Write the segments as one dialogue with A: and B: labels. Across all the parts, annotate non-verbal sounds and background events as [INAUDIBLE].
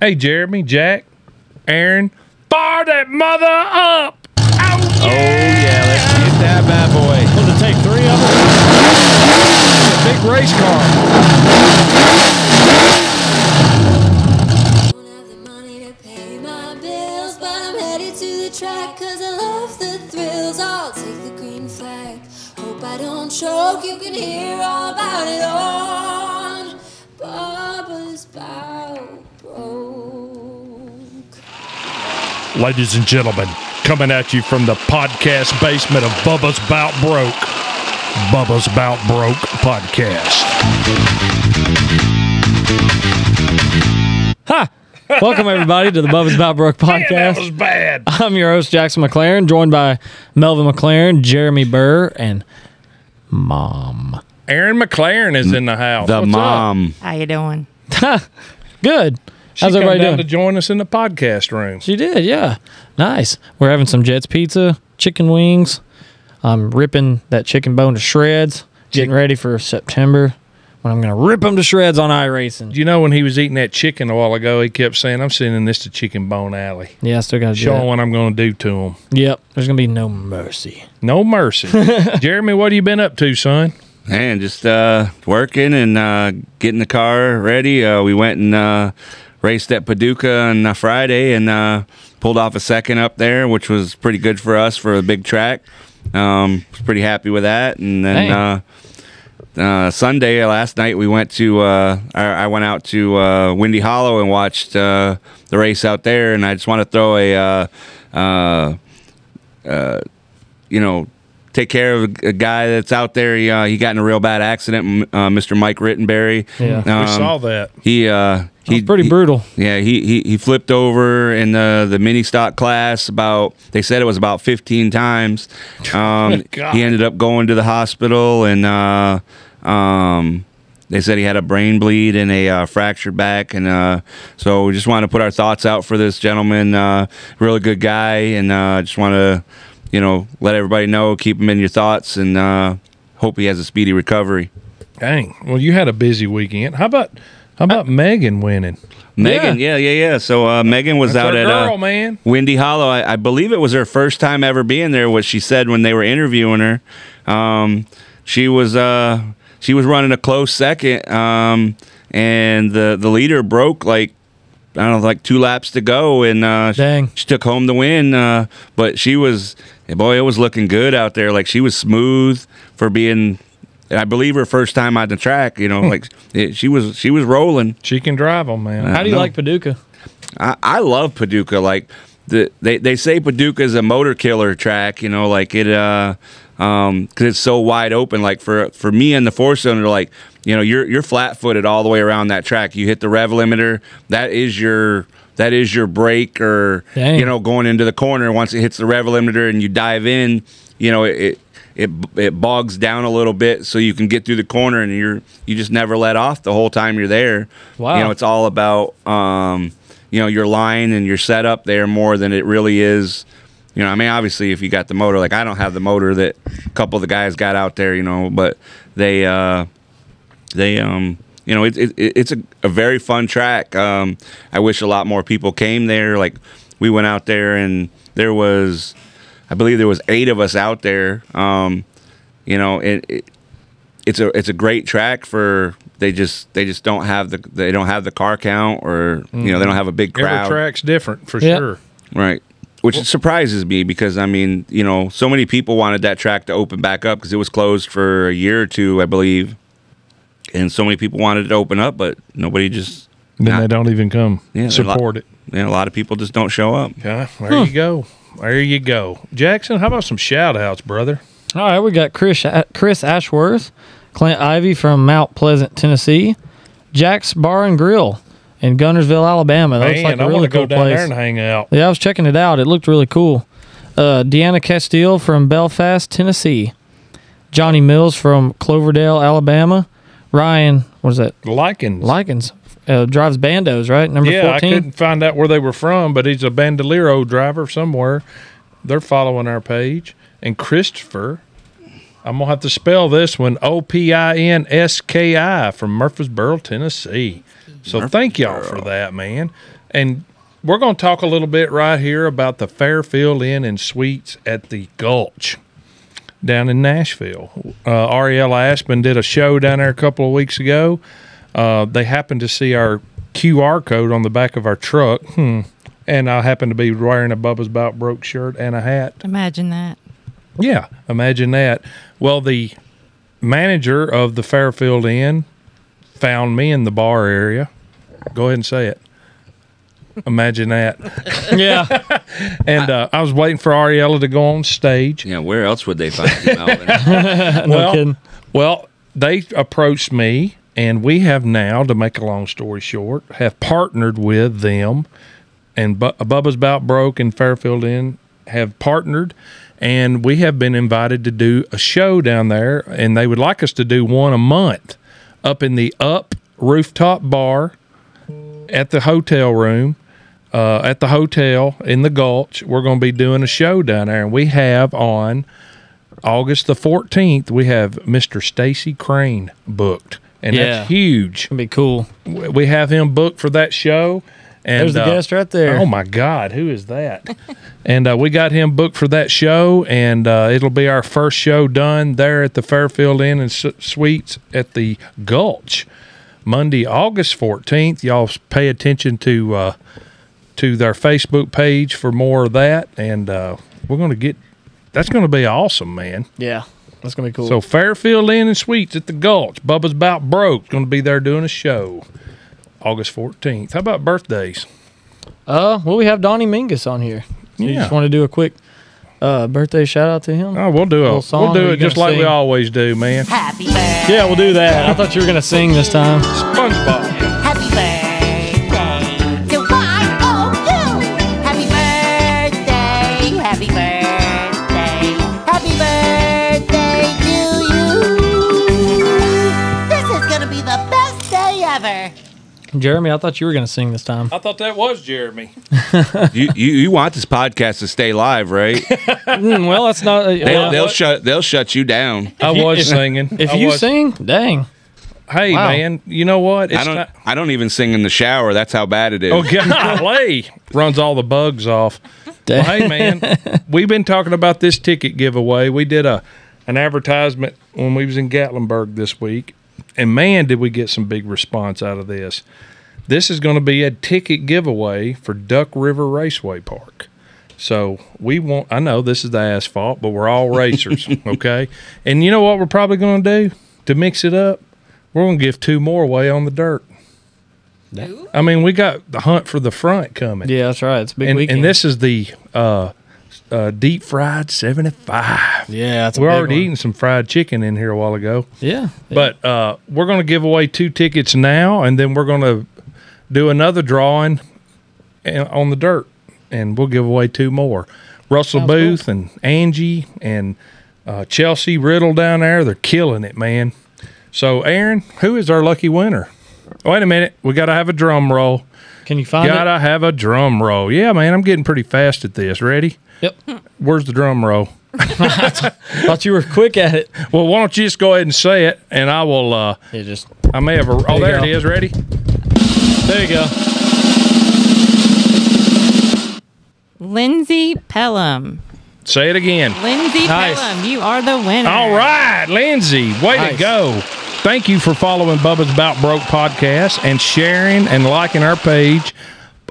A: Hey, Jeremy, Jack, Aaron, fire that mother up! Oh,
B: Oh
A: yeah.
B: yeah, let's get that bad boy.
C: Well, to take three of them.
B: It's a big race car.
D: don't have the money to pay my bills, but I'm headed to the track 'cause I love the thrills. I'll take the green flag. Hope I don't choke. You can hear all about it on Bubba's Bow Broke.
C: Ladies and gentlemen, coming at you from the podcast basement of Bubba's Bout Broke, Bubba's Bout Broke podcast.
E: Welcome everybody to the Bubba's Bout Broke
A: That was
E: podcast.
A: bad.
E: I'm your host Jackson McLaren, joined by Melvin McLaren, Jeremy Burr, and Mom.
A: Aaron McLaren is in the house.
B: The
A: What's up?
B: mom.
F: How you doing?
E: Good.
A: She
E: How's
A: come
E: everybody
A: down
E: doing?
A: to join us in the podcast room.
E: She did, yeah. Nice. We're having some Jets pizza, chicken wings. I'm ripping that chicken bone to shreds. Getting ready for September when I'm gonna rip them to shreds on iRacing.
A: You know when he was eating that chicken a while ago, he kept saying, "I'm sending this to Chicken Bone Alley.
E: Yeah, I still gotta do
A: Showing
E: that.
A: what I'm going to do to him.
E: Yep. There's gonna be no mercy.
A: No
E: [LAUGHS]
A: mercy." Jeremy, what have you been up to, son?
B: Man, just uh, working and uh, getting the car ready. Uh, we went and uh, raced at Paducah on uh, Friday and uh, pulled off a second up there, which was pretty good for us for a big track. Um, was pretty happy with that. And then uh,
E: Dang.
B: uh, Sunday last night, we went to uh, I, I went out to uh, Windy Hollow and watched uh, the race out there. And I just want to throw a uh, uh, you know, take care of a, a guy that's out there. He, uh, he got in a real bad accident, m- uh, Mr. Mike Rittenberry. Um,
E: Yeah. We
A: we saw that.
B: He uh, he
E: He's pretty
B: he-
E: brutal.
B: yeah, he, he he flipped over in the the mini stock class about they said it was about
A: [LAUGHS]
B: 15 times. Um,
A: Oh God.
B: he ended up going to the hospital and uh, um, they said he had a brain bleed and a uh, fractured back and uh, so we just want to put our thoughts out for this gentleman, uh, really good guy and uh, just want to you know let everybody know, keep him in your thoughts and uh, hope he has a speedy recovery.
A: Dang. Well, you had a busy weekend. How about how about
E: Uh,
A: Megan winning?
B: Megan, yeah, yeah, yeah. So uh, Megan was
A: That's
B: out
A: our
B: at
A: girl,
B: uh,
A: man.
B: Windy Hollow. I, I believe it was her first time ever being there. What she said when they were interviewing her, um, she was uh, she was running a close second, um, and the the leader broke like I don't know, like two laps to go, and uh,
E: Dang.
B: she took home the win. Uh, but she was, boy, it was looking good out there. Like she was smooth for being. I believe her first time on the track, you know, like it, she was she was rolling.
A: She can drive them, man.
E: How do you like Paducah?
B: I, I love Paducah. Like the they, they say Paducah is a motor killer track. You know, like it uh um 'cause it's so wide open. Like for for me and the four cylinder, like you know you're you're flat footed all the way around that track. You hit the rev limiter. That is your that is your brake or
E: Dang.
B: you know going into the corner. Once it hits the rev limiter and you dive in, you know it. it it, it bogs down a little bit so you can get through the corner and you're you just never let off the whole time you're there
E: Wow.
B: you know, it's all about um, you know your line and your setup there more than it really is. You know, I mean, obviously, if you got the motor, like I don't have the motor that a couple of the guys got out there, you know, but they uh, they um, you know, it, it, it- it's a, a very fun track. Um, I wish a lot more people came there. Like we went out there and there was, I believe there was eight of us out there. Um, you know, it, it it's a it's a great track for they just they just don't have the they don't have the car count or you know Mm-hmm. they don't have a big
A: Every
B: crowd
A: track's different for
E: Yeah.
A: sure.
B: right which surprises me because I mean you know so many people wanted that track to open back up because it was closed for a year or two I believe and so many people wanted it to open up but nobody just
A: Then
B: Nah.
A: they don't even come
B: Yeah, they're like-
A: support it.
B: you know, a lot of people just don't show up
A: Yeah, there you go. There you go. Jackson, how about some shout outs, brother?
E: All right, we got Chris Chris Ashworth, Clint Ivy from Mount Pleasant, Tennessee, Jack's Bar and Grill in Gunnersville, Alabama. That looks
A: Man,
E: like
A: I
E: a really
A: want to
E: cool
A: go down
E: place.
A: there and hang out.
E: yeah, I was checking it out. It looked really cool. Uh, Deanna Castile from Belfast, Tennessee, Johnny Mills from Cloverdale, Alabama, Ryan, what is that?
A: Lichens.
E: Likens uh, drives bandos, right? Number
A: yeah, I couldn't
E: fourteen.
A: find out where they were from, but he's a Bandolero driver somewhere. They're following our page. And Christopher, I'm going to have to spell this one O P I N S K I from Murfreesboro, Tennessee. So thank y'all for that, man. And we're going to talk a little bit right here about the Fairfield Inn and Suites at the Gulch down in Nashville. Uh, Ariella Aspen did a show down there a couple of weeks ago. Uh, they happened to see our QR code on the back of our truck. Hmm. And I happened to be wearing a Bubba's Bout Broke shirt and a hat.
F: Imagine that.
A: Yeah, imagine that. Well, the manager of the Fairfield Inn found me in the bar area. Go ahead and say it. Imagine that.
E: [LAUGHS]
A: [LAUGHS]
E: Yeah.
A: And uh, I was waiting for Ariella to go on stage.
B: Yeah, where else would they find you, Melvin?
A: well,
E: kidding.
A: well, they approached me, and we have now, to make a long story short, have partnered with them. And Bu- Bubba's Bout Broke and Fairfield Inn have partnered, and we have been invited to do a show down there, and they would like us to do one a month up in the Up rooftop bar at the hotel room uh, at the hotel in the Gulch. We're going to be doing a show down there, and we have on August the fourteenth. We have Mr. Stacy Crane booked, and
E: Yeah.
A: that's huge.
E: It'd be cool.
A: W- We have him booked for that show. And,
E: There's the
A: uh,
E: guest right there.
A: Oh my God, who is that? and uh, we got him booked for that show, and uh, it'll be our first show done there at the Fairfield Inn and Su- Suites at the Gulch, Monday, August fourteenth. Y'all s- pay attention to uh, to their Facebook page for more of that, and uh, we're gonna get. That's gonna be awesome, man.
E: Yeah. That's gonna be cool.
A: So Fairfield Inn and Suites at the Gulch. Bubba's about broke. Going to be there doing a show, August fourteenth. How about birthdays?
E: uh well we have Donnie Mingus on here. You
A: Yeah.
E: just want to do a quick uh birthday shout out to him?
A: Oh, we'll do
E: Little
A: it.
E: song
A: We'll
E: are
A: do
E: you
A: it just
E: gonna
A: like we
E: sing?
A: always do, man.
G: Happy birthday.
E: Yeah, we'll do that. I thought you were gonna sing this time.
A: SpongeBob.
G: Happy birthday to Y.O.U. Happy birthday. Happy birthday. Happy birthday to you. This is going to be the best day ever.
E: Jeremy, I thought you were gonna sing this time.
A: I thought that was Jeremy.
B: [LAUGHS] you, you you want this podcast to stay live, right?
E: Mm, well, that's not. Uh,
B: They'll,
E: well,
B: they'll shut they'll shut you down.
A: I
E: you-
A: was
E: if-
A: singing.
E: if
A: I
E: you
A: was-
E: sing, dang.
A: hey
E: Wow.
A: man, you know what? It's
B: I don't
A: not-
B: I don't even sing in the shower. That's how bad it is.
A: Oh [LAUGHS] golly, runs all the bugs off.
E: Dang.
A: Well, hey man, we've been talking about this ticket giveaway. We did a an advertisement when we was in Gatlinburg this week, and man, did we get some big response out of this. This is going to be a ticket giveaway for Duck River Raceway Park. So we want. I know this is the asphalt, but we're all
E: [LAUGHS]
A: racers, okay? And you know what we're probably going to do to mix it up? We're going to give two more away on the dirt. I mean, we got the hunt for the front coming
E: Yeah, that's right. It's a big
A: and,
E: weekend.
A: and this is the uh, uh, deep fried 75.
E: yeah, it's a
A: We're
E: big
A: already
E: one.
A: eating some fried chicken in here a while ago.
E: Yeah,
A: But uh, we're going to give away two tickets now, and then we're going to do another drawing a- on the dirt, and we'll give away two more. Russell Booth and Angie and uh, Chelsea Riddle down there, they're killing it, man. So, Aaron, who is our lucky winner? Wait a minute. We got to have a drum roll.
E: can you find
A: Gotta have a drum roll. Yeah, man, I'm getting pretty fast at this. Ready?
E: it? Yep.
A: Where's the drum roll?
E: thought you were quick at it.
A: Well, why don't you just go ahead and say it, and I will. uh
E: You just
A: I may have a. Oh,
E: There you
A: there it
E: go.
A: is. Ready?
E: there you go.
F: Lindsay Pelham.
A: Say it again.
F: Lindsay
E: Nice.
F: Pelham, you are the winner.
A: All right, Lindsay, way
E: Nice.
A: to go. Thank you for following Bubba's About Broke podcast and sharing and liking our page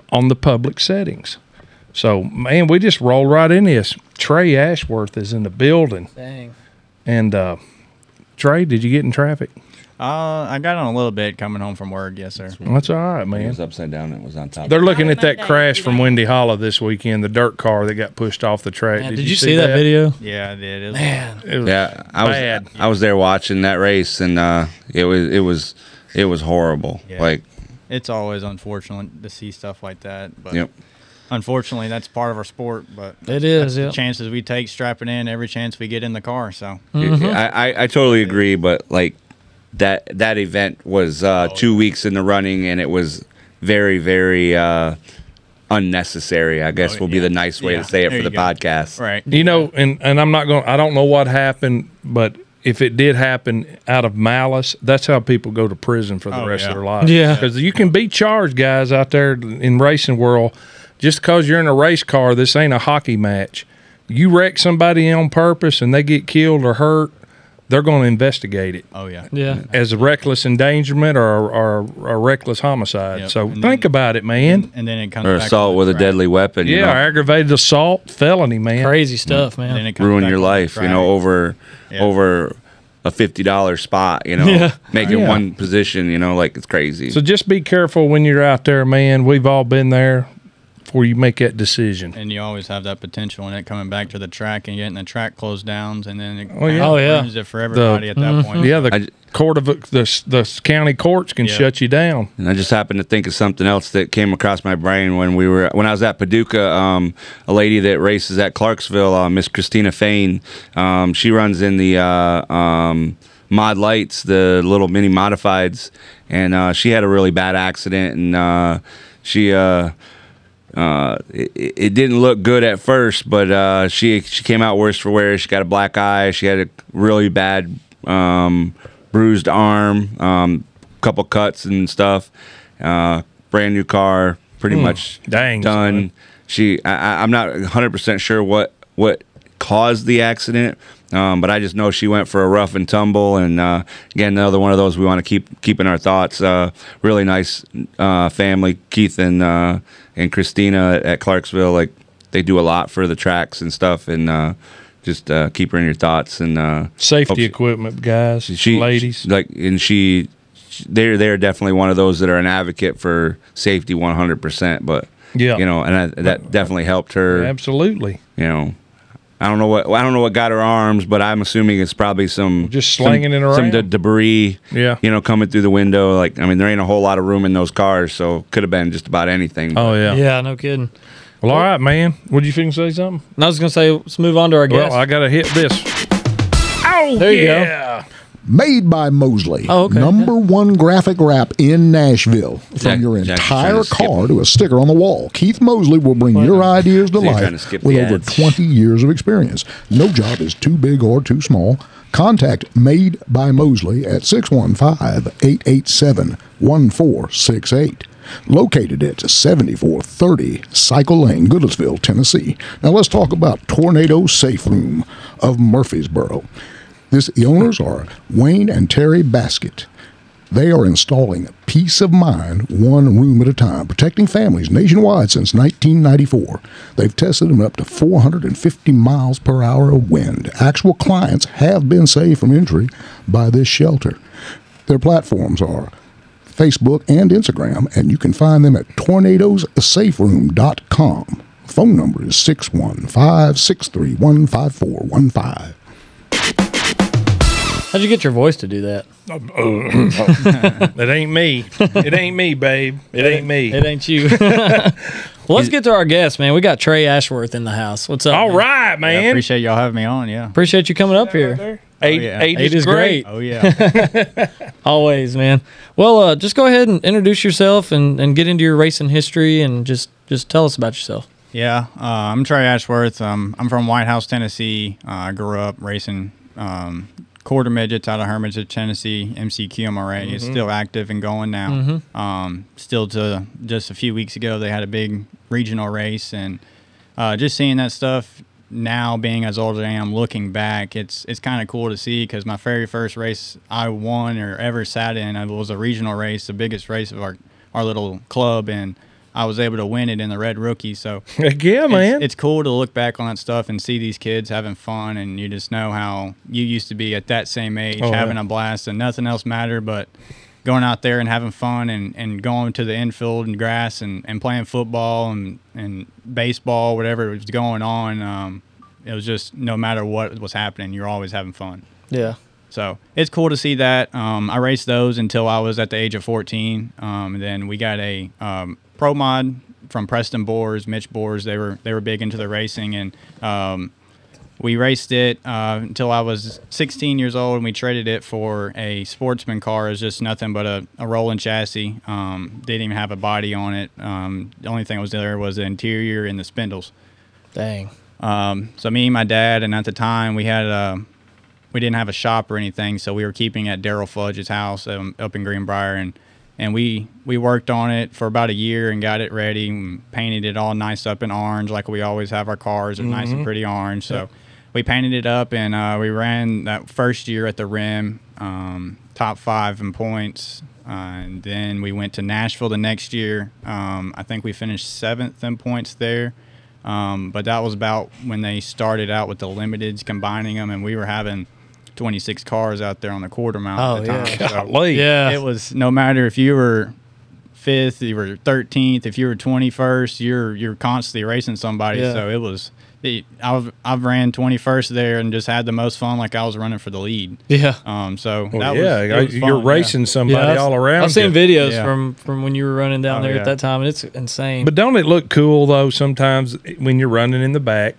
A: on the public settings. So, man, we just rolled right in this. Trey Ashworth is in the building.
E: Dang.
A: And, uh, Trey, did you get in traffic?
H: Uh, I got on a little bit coming home from work. Yes, sir.
A: That's all right, man.
B: It was upside down. It was on top.
A: They're looking
F: I
A: at that
F: remember that.
A: crash from Windy Hollow this weekend, the dirt car that got pushed off the track.
E: Man, did, you, see, that, video?
H: Yeah, I did. It was-
A: It was-
B: yeah, I was
A: Bad.
B: I was there watching that race, and uh, it was it was it was horrible.
H: Yeah.
B: Like,
H: It's always unfortunate to see stuff like that, but
B: yep.
H: unfortunately, that's part of our sport. But
E: It is.
H: the
E: Yeah.
H: chances we take strapping in every chance we get in the car. So
B: I, I I totally agree, but like that that event was uh,
H: Oh.
B: two weeks in the running, and it was very very uh, unnecessary. I guess
H: Oh,
B: will be
H: yeah.
B: the nice way to
H: Yeah.
B: say it
H: There
B: for the
H: you go.
B: podcast.
H: right,
A: you know, and, and I'm not going, to I don't know what happened, but if it did happen out of malice, that's how people go to prison for the
H: Oh,
A: rest
H: yeah.
A: of their life.
E: Yeah.
A: because you can be charged, guys, out there in racing world. Just because you're in a race car, this ain't a hockey match. You wreck somebody on purpose and they get killed or hurt, they're going to investigate it
H: Oh yeah.
E: Yeah.
A: as a reckless endangerment or, or a reckless homicide.
H: Yep.
A: So
H: And
A: think about it, man.
H: And then it comes
B: or
H: back
B: assault
H: to
B: with a
H: crime.
B: deadly weapon. you
A: Yeah,
B: know?
A: or aggravated assault, felony, man.
E: Crazy stuff,
H: And
E: man.
H: then it comes
B: ruin
H: back
B: your
H: to
B: life, you
H: crime.
B: know, over
H: Yeah.
B: over a fifty dollar spot,
H: [LAUGHS]
B: you know,
E: Yeah.
B: making
A: Yeah.
B: one position, you know, like it's crazy.
A: So just be careful when you're out there, man. We've all been there before you make that decision.
H: and you always have that potential in it coming back to the track and getting the track closed downs and then it
A: yeah. Mm-hmm.
E: Oh, yeah.
H: ruins it for everybody at that point.
A: Yeah,
B: I
A: the
B: j-
A: court of the the county courts can
H: Yeah.
A: shut you down.
B: and I just happened to think of something else that came across my brain when we were when I was at Paducah. Um, a lady that races at Clarksville, uh, Miss Christina Fain, um, she runs in the uh, um, mod lights, the little mini modifieds, and uh, she had a really bad accident, and uh, she. Uh, uh, it, it it didn't look good at first, but uh, she she came out worse for wear. She got a black eye. She had a really bad um, bruised arm, um, couple cuts and stuff. Uh, brand new car, pretty much
A: Dang,
B: done. She I, I- I'm not 100 percent sure what what caused the accident. Um, but I just know she went for a rough and tumble, and uh, again another one of those we want to keep keep in our thoughts. Uh, really nice uh, family, Keith and uh, and Christina at Clarksville. Like they do a lot for the tracks and stuff, and uh, just uh, keep her in your thoughts. And uh, hope
A: Safety
B: she-
A: equipment, guys,
B: she
A: ladies.
B: like and she they're they're definitely one of those that are an advocate for safety 100% but
A: Yeah.
B: you know and I, that definitely helped her
A: Absolutely.
B: you know I don't know what I don't know what got her arms, but I'm assuming it's probably some
A: Just slinging
B: some,
A: it
B: some de-
A: around.
B: debris,
A: Yeah.
B: you know, coming through the window. Like I mean, there ain't a whole lot of room in those cars, so could have been just about anything.
A: Oh yeah.
E: Yeah, no kidding.
A: Well, all right, man. Would you think say something?
E: And I was gonna say, let's move on to our guest.
A: Well, I gotta hit this. Oh
E: There you go.
A: yeah.
I: Made by Mosley.
E: Oh, okay.
I: Number one graphic wrap in Nashville. From
B: Jack-
I: your
B: Jack's
I: entire
B: trying to skip.
I: car to a sticker on the wall, Keith Mosley will bring your ideas to
B: He's uh, trying to
I: life
B: skip
I: with
B: the
I: over
B: ads.
I: 20 years of experience. No job is too big or too small. Contact Made by Mosley at 615 887 1468. Located at 7430 Cycle Lane, Goodlettsville, Tennessee. Now let's talk about Tornado Safe Room of Murfreesboro. This, the owners are Wayne and Terry Baskett. They are installing peace of mind one room at a time, protecting families nationwide since 1994. They've tested them up to 450 miles per hour of wind. Actual clients have been saved from injury by this shelter. Their platforms are Facebook and Instagram, and you can find them at tornadosaferoom.com. Phone number is 615 631 5415.
E: How'd you get your voice to do that?
A: It ain't me. It ain't me, babe. It ain't me.
E: It ain't you. [LAUGHS] well, let's get to our guest, man. We got Trey Ashworth in the house. What's up?
A: All
E: man?
A: right,
H: I
A: man.
H: appreciate y'all having me on, yeah.
E: Appreciate you coming up here.
A: Eight,
H: Oh, yeah.
A: eight,
E: Eight
A: is, great.
H: Oh yeah.
E: Always, man. Well, uh, just go ahead and introduce yourself and, and get into your racing history and just just tell us about yourself.
H: yeah. Uh, I'm Trey Ashworth. Um, I'm from White House, Tennessee. Uh, I grew up racing um, quarter midgets out of Hermitage, Tennessee. MCQMRA is still active and going now. Um, still to just a few weeks ago, they had a big regional race, and uh, just seeing that stuff now, being as old as I am, looking back, it's it's kind of cool to see because my very first race I won or ever sat in uh, was a regional race, the biggest race of our our little club, and I was able to win it in the red rookie. So
A: Yeah, man.
H: it's, it's cool to look back on that stuff and see these kids having fun, and you just know how you used to be at that same age,
A: Oh,
H: having
A: yeah.
H: a blast, and nothing else mattered but going out there and having fun and, and going to the infield and grass and, and playing football and, and baseball, whatever was going on. Um, it was just no matter what was happening, you're always having fun.
E: Yeah.
H: So it's cool to see that. Um, I raced those until I was at the age of 14. Um, and then we got a um, pro mod from Preston Boers, Mitch Boers. They were they were big into the racing, and um, we raced it uh, until I was 16 years old, and we traded it for a sportsman car. It's just nothing but a, a rolling chassis. Um, didn't even have a body on it. Um, the only thing that was there was the interior and the spindles.
E: Dang.
H: Um, so me, my dad, and at the time we had a we didn't have a shop or anything, so we were keeping at Daryl Fudge's house um, up in Greenbrier, and and we we worked on it for about a year and got it ready and painted it all nice up in orange, like we always have our cars are nice and pretty orange. So we painted it up and uh, we ran that first year at the rim, um, top five in points. Uh, and then we went to Nashville the next year. Um, I think we finished seventh in points there. Um, but that was about when they started out with the limiteds, combining them, and we were having 26 cars out there on the quarter
E: Oh,
H: mile at the
E: yeah.
H: time. So
A: Golly.
E: Yeah.
H: it was no matter if you were fifth, you were 13th, if you were 21st, you're you're constantly racing somebody.
E: Yeah.
H: So it was. It, I've I've ran 21st there and just had the most fun, like I was running for the lead.
E: yeah.
H: Um, so
A: Well,
H: that
A: Oh, yeah,
H: was, it was
A: you're
H: fun, yeah.
A: racing somebody
E: I've-
A: all around.
E: I've seen
A: you.
E: videos
H: Yeah.
E: from from when you were running down
H: Oh,
E: there
H: yeah.
E: at that time, and it's insane.
A: But don't it look cool though? Sometimes when you're running in the back,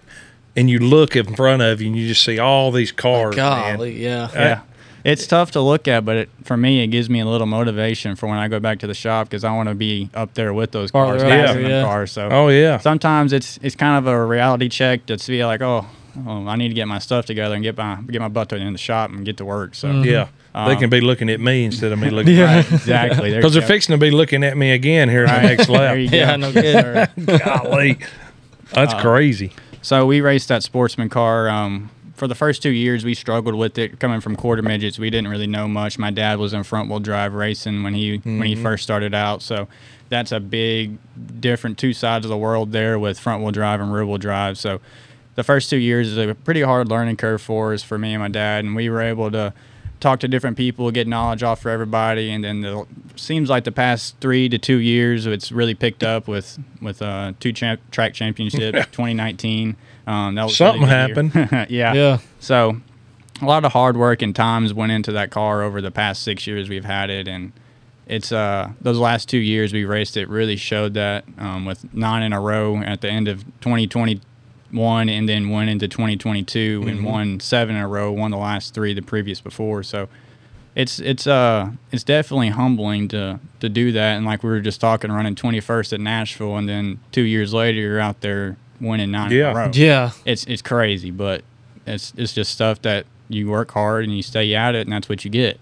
A: and you look in front of you, and you just see all these cars. man. Uh,
E: golly, yeah,
H: Yeah. It's tough to look at, but it, for me, it gives me a little motivation for when I go back to the shop because I want to be up there with those
E: Farther
H: cars,
E: up there,
H: passing them
E: yeah.
H: cars. So
A: Oh yeah.
H: sometimes it's it's kind of a reality check to see like, oh, well, I need to get my stuff together and get my get my butt to in the shop and get to work. So
E: Mm.
A: Yeah.
H: Uh-huh.
A: they can be looking at me instead of me looking
E: Mm-hmm. Yeah. [LAUGHS]
A: yeah.
H: exactly
A: Because they're fixing to be looking at me again here in the next
H: [LAUGHS] There
A: lap.
H: you
E: yeah, [LAUGHS]
H: go. Uh-huh.
E: no kidding.
A: Golly. That's crazy.
H: So we raced that sportsman car. Um, for the first two years, we struggled with it coming from quarter midgets. We didn't really know much. My dad was in front wheel drive racing when he when he first started out, so that's a big different two sides of the world there with front wheel drive and rear wheel drive. So the first two years is a pretty hard learning curve for us for me and my dad, and we were able to talk to different people, get knowledge off for everybody, and then the, seems like the past three to two years, it's really picked up with with uh, two champ, track championship 2019. Um, that was really
A: Something
H: good year. [LAUGHS] yeah,
E: Yeah.
H: So a lot of hard work and times went into that car over the past six years we've had it, and it's uh those last two years we raced it really showed that um, with nine in a row at the end of 2021 and then went into 2022 and won seven in a row won the last three the previous before so it's it's uh it's definitely humbling to to do that and like we were just talking running 21st at Nashville and then two years later you're out there winning nine
A: Yeah.
H: in a row
E: yeah,
H: it's it's crazy but it's it's just stuff that you work hard and you stay at it and that's what you get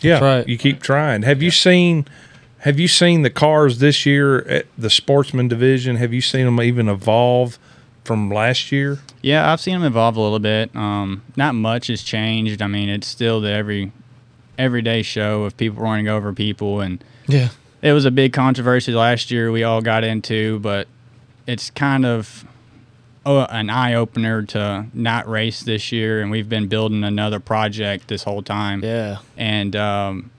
A: Yeah,
E: right.
A: You keep trying. Have you seen? Have you seen the cars this year at the sportsman division? Have you seen them even evolve from last year?
H: Yeah, I've seen them evolve a little bit. Um, not much has changed. I mean, it's still the every everyday show of people running over people, and
E: yeah.
H: it was a big controversy last year. We all got into, but it's kind of uh, an eye opener to not race this year, and we've been building another project this whole time
E: Yeah.
H: and um,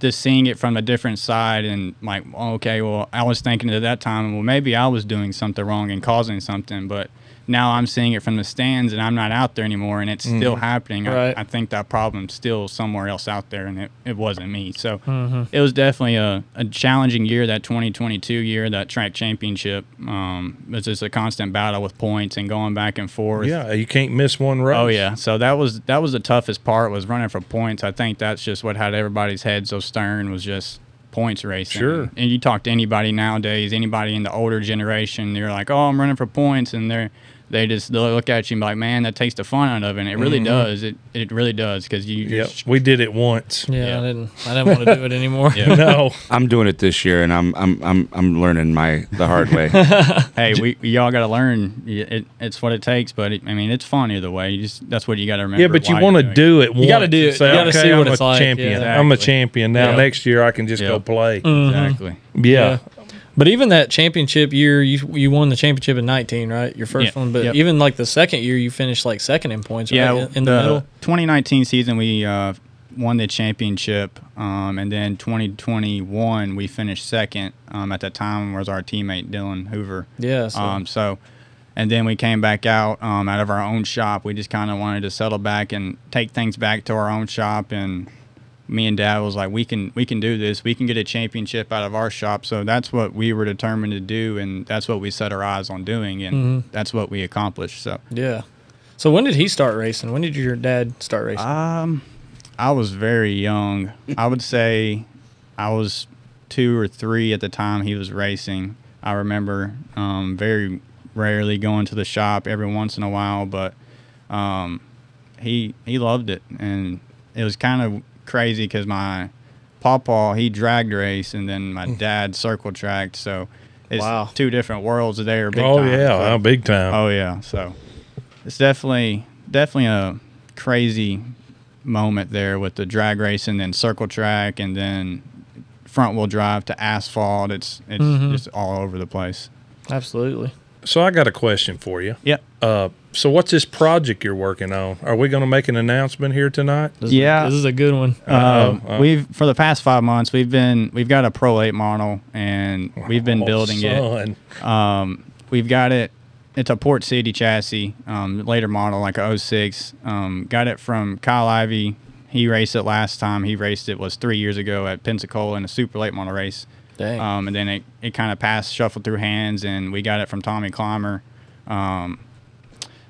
H: just seeing it from a different side and like okay well i was thinking at that time well maybe i was doing something wrong and causing something but now i'm seeing it from the stands and i'm not out there anymore and it's still happening
E: Right.
H: I, I think that problem's still somewhere else out there and it, it wasn't me so it was definitely a, a challenging year that 2022 year that track championship um, it was just a constant battle with points and going back and forth
A: Yeah, you can't miss one race.
H: Oh yeah, so that was that was the toughest part was running for points. I think that's just what had everybody's head so stern was just points racing.
A: Sure.
H: And you talk to anybody nowadays, anybody in the older generation, they're like, "Oh, I'm running for points," and they're they just they look at you and be like, "Man, that takes the fun out of it." And it really does. It it really does because you
A: Mm-hmm. Yep.
H: just
A: We did it once.
E: Yeah,
H: Yeah.
E: I didn't. I didn't want to do it anymore. yeah.
A: [LAUGHS] No.
B: I'm doing it this year, and I'm I'm I'm I'm learning my the hard
A: [LAUGHS]
B: way.
H: hey, we, we all got to learn. Y- It, it's what it takes, but it, I mean, it's fun either way. You just that's what you got to remember.
A: Yeah, but you
H: why
A: want
H: you're
A: to do
H: doing it.
A: it. Once.
E: You gotta do
A: and
E: it. You gotta see
A: I'm
E: what
A: a
E: it's like."
A: champion.
E: Yeah.
A: I'm a
H: Exactly.
A: champion now.
H: Yeah. Mm.
A: Next year I can just go
H: Yep.
A: play.
H: exactly.
A: Yeah.
E: But even that championship year, you you won the championship in nineteen, right? Your first
H: Yeah.
E: one. But
H: Yep.
E: even like the second year, you finished like second in points. Right?
H: Yeah,
E: in, in the, middle.
H: 2019 season, we uh, won the championship, um, and then 2021 we finished second. Um, at that time was our teammate Dylan Hoover.
E: Yeah, so-
H: Um, so, and then we came back out um, out of our own shop. We just kind of wanted to settle back and take things back to our own shop and. Me and Dad was like, we can we can do this. We can get a championship out of our shop. So that's what we were determined to do, and that's what we set our eyes on doing, and
E: Mm-hmm.
H: that's what we accomplished. So
E: Yeah. So when did he start racing? When did your dad start racing?
A: Uh,
H: I was very young. I would say I was two or three at the time he was racing. I remember um, very rarely going to the shop every once in a while, but um, he he loved it, and it was kind of crazy because my pawpaw he dragged race, and then
A: [LAUGHS]
H: my dad circle tracked. So it's
E: Wow.
H: two different worlds there. Big
A: oh
H: time.
A: yeah,
H: So-
A: uh, big time.
H: Oh yeah. So it's definitely definitely a crazy moment there with the drag race and then circle track and then front wheel drive to asphalt. It's it's just all over the place.
E: Absolutely.
A: So I got a question for you.
H: Yep.
A: Uh, so what's this project you're working on? Are we going to make an announcement here tonight?
E: This
H: Yeah.
E: Is, this is a good one.
H: Um,
A: Uh-oh, uh,
H: we've for the past five months we've been we've got a Pro 8 model and we've been
A: Oh,
H: building it.
A: son.
H: We've got it. It's a Port City chassis, um, later model like a 06. Um, got it from Kyle Ivey. He raced it last time. He raced it was three years ago at Pensacola in a super late model race.
E: Dang.
H: Um, and then it, it kind of passed, shuffled through hands, and we got it from Tommy Clymer. Um,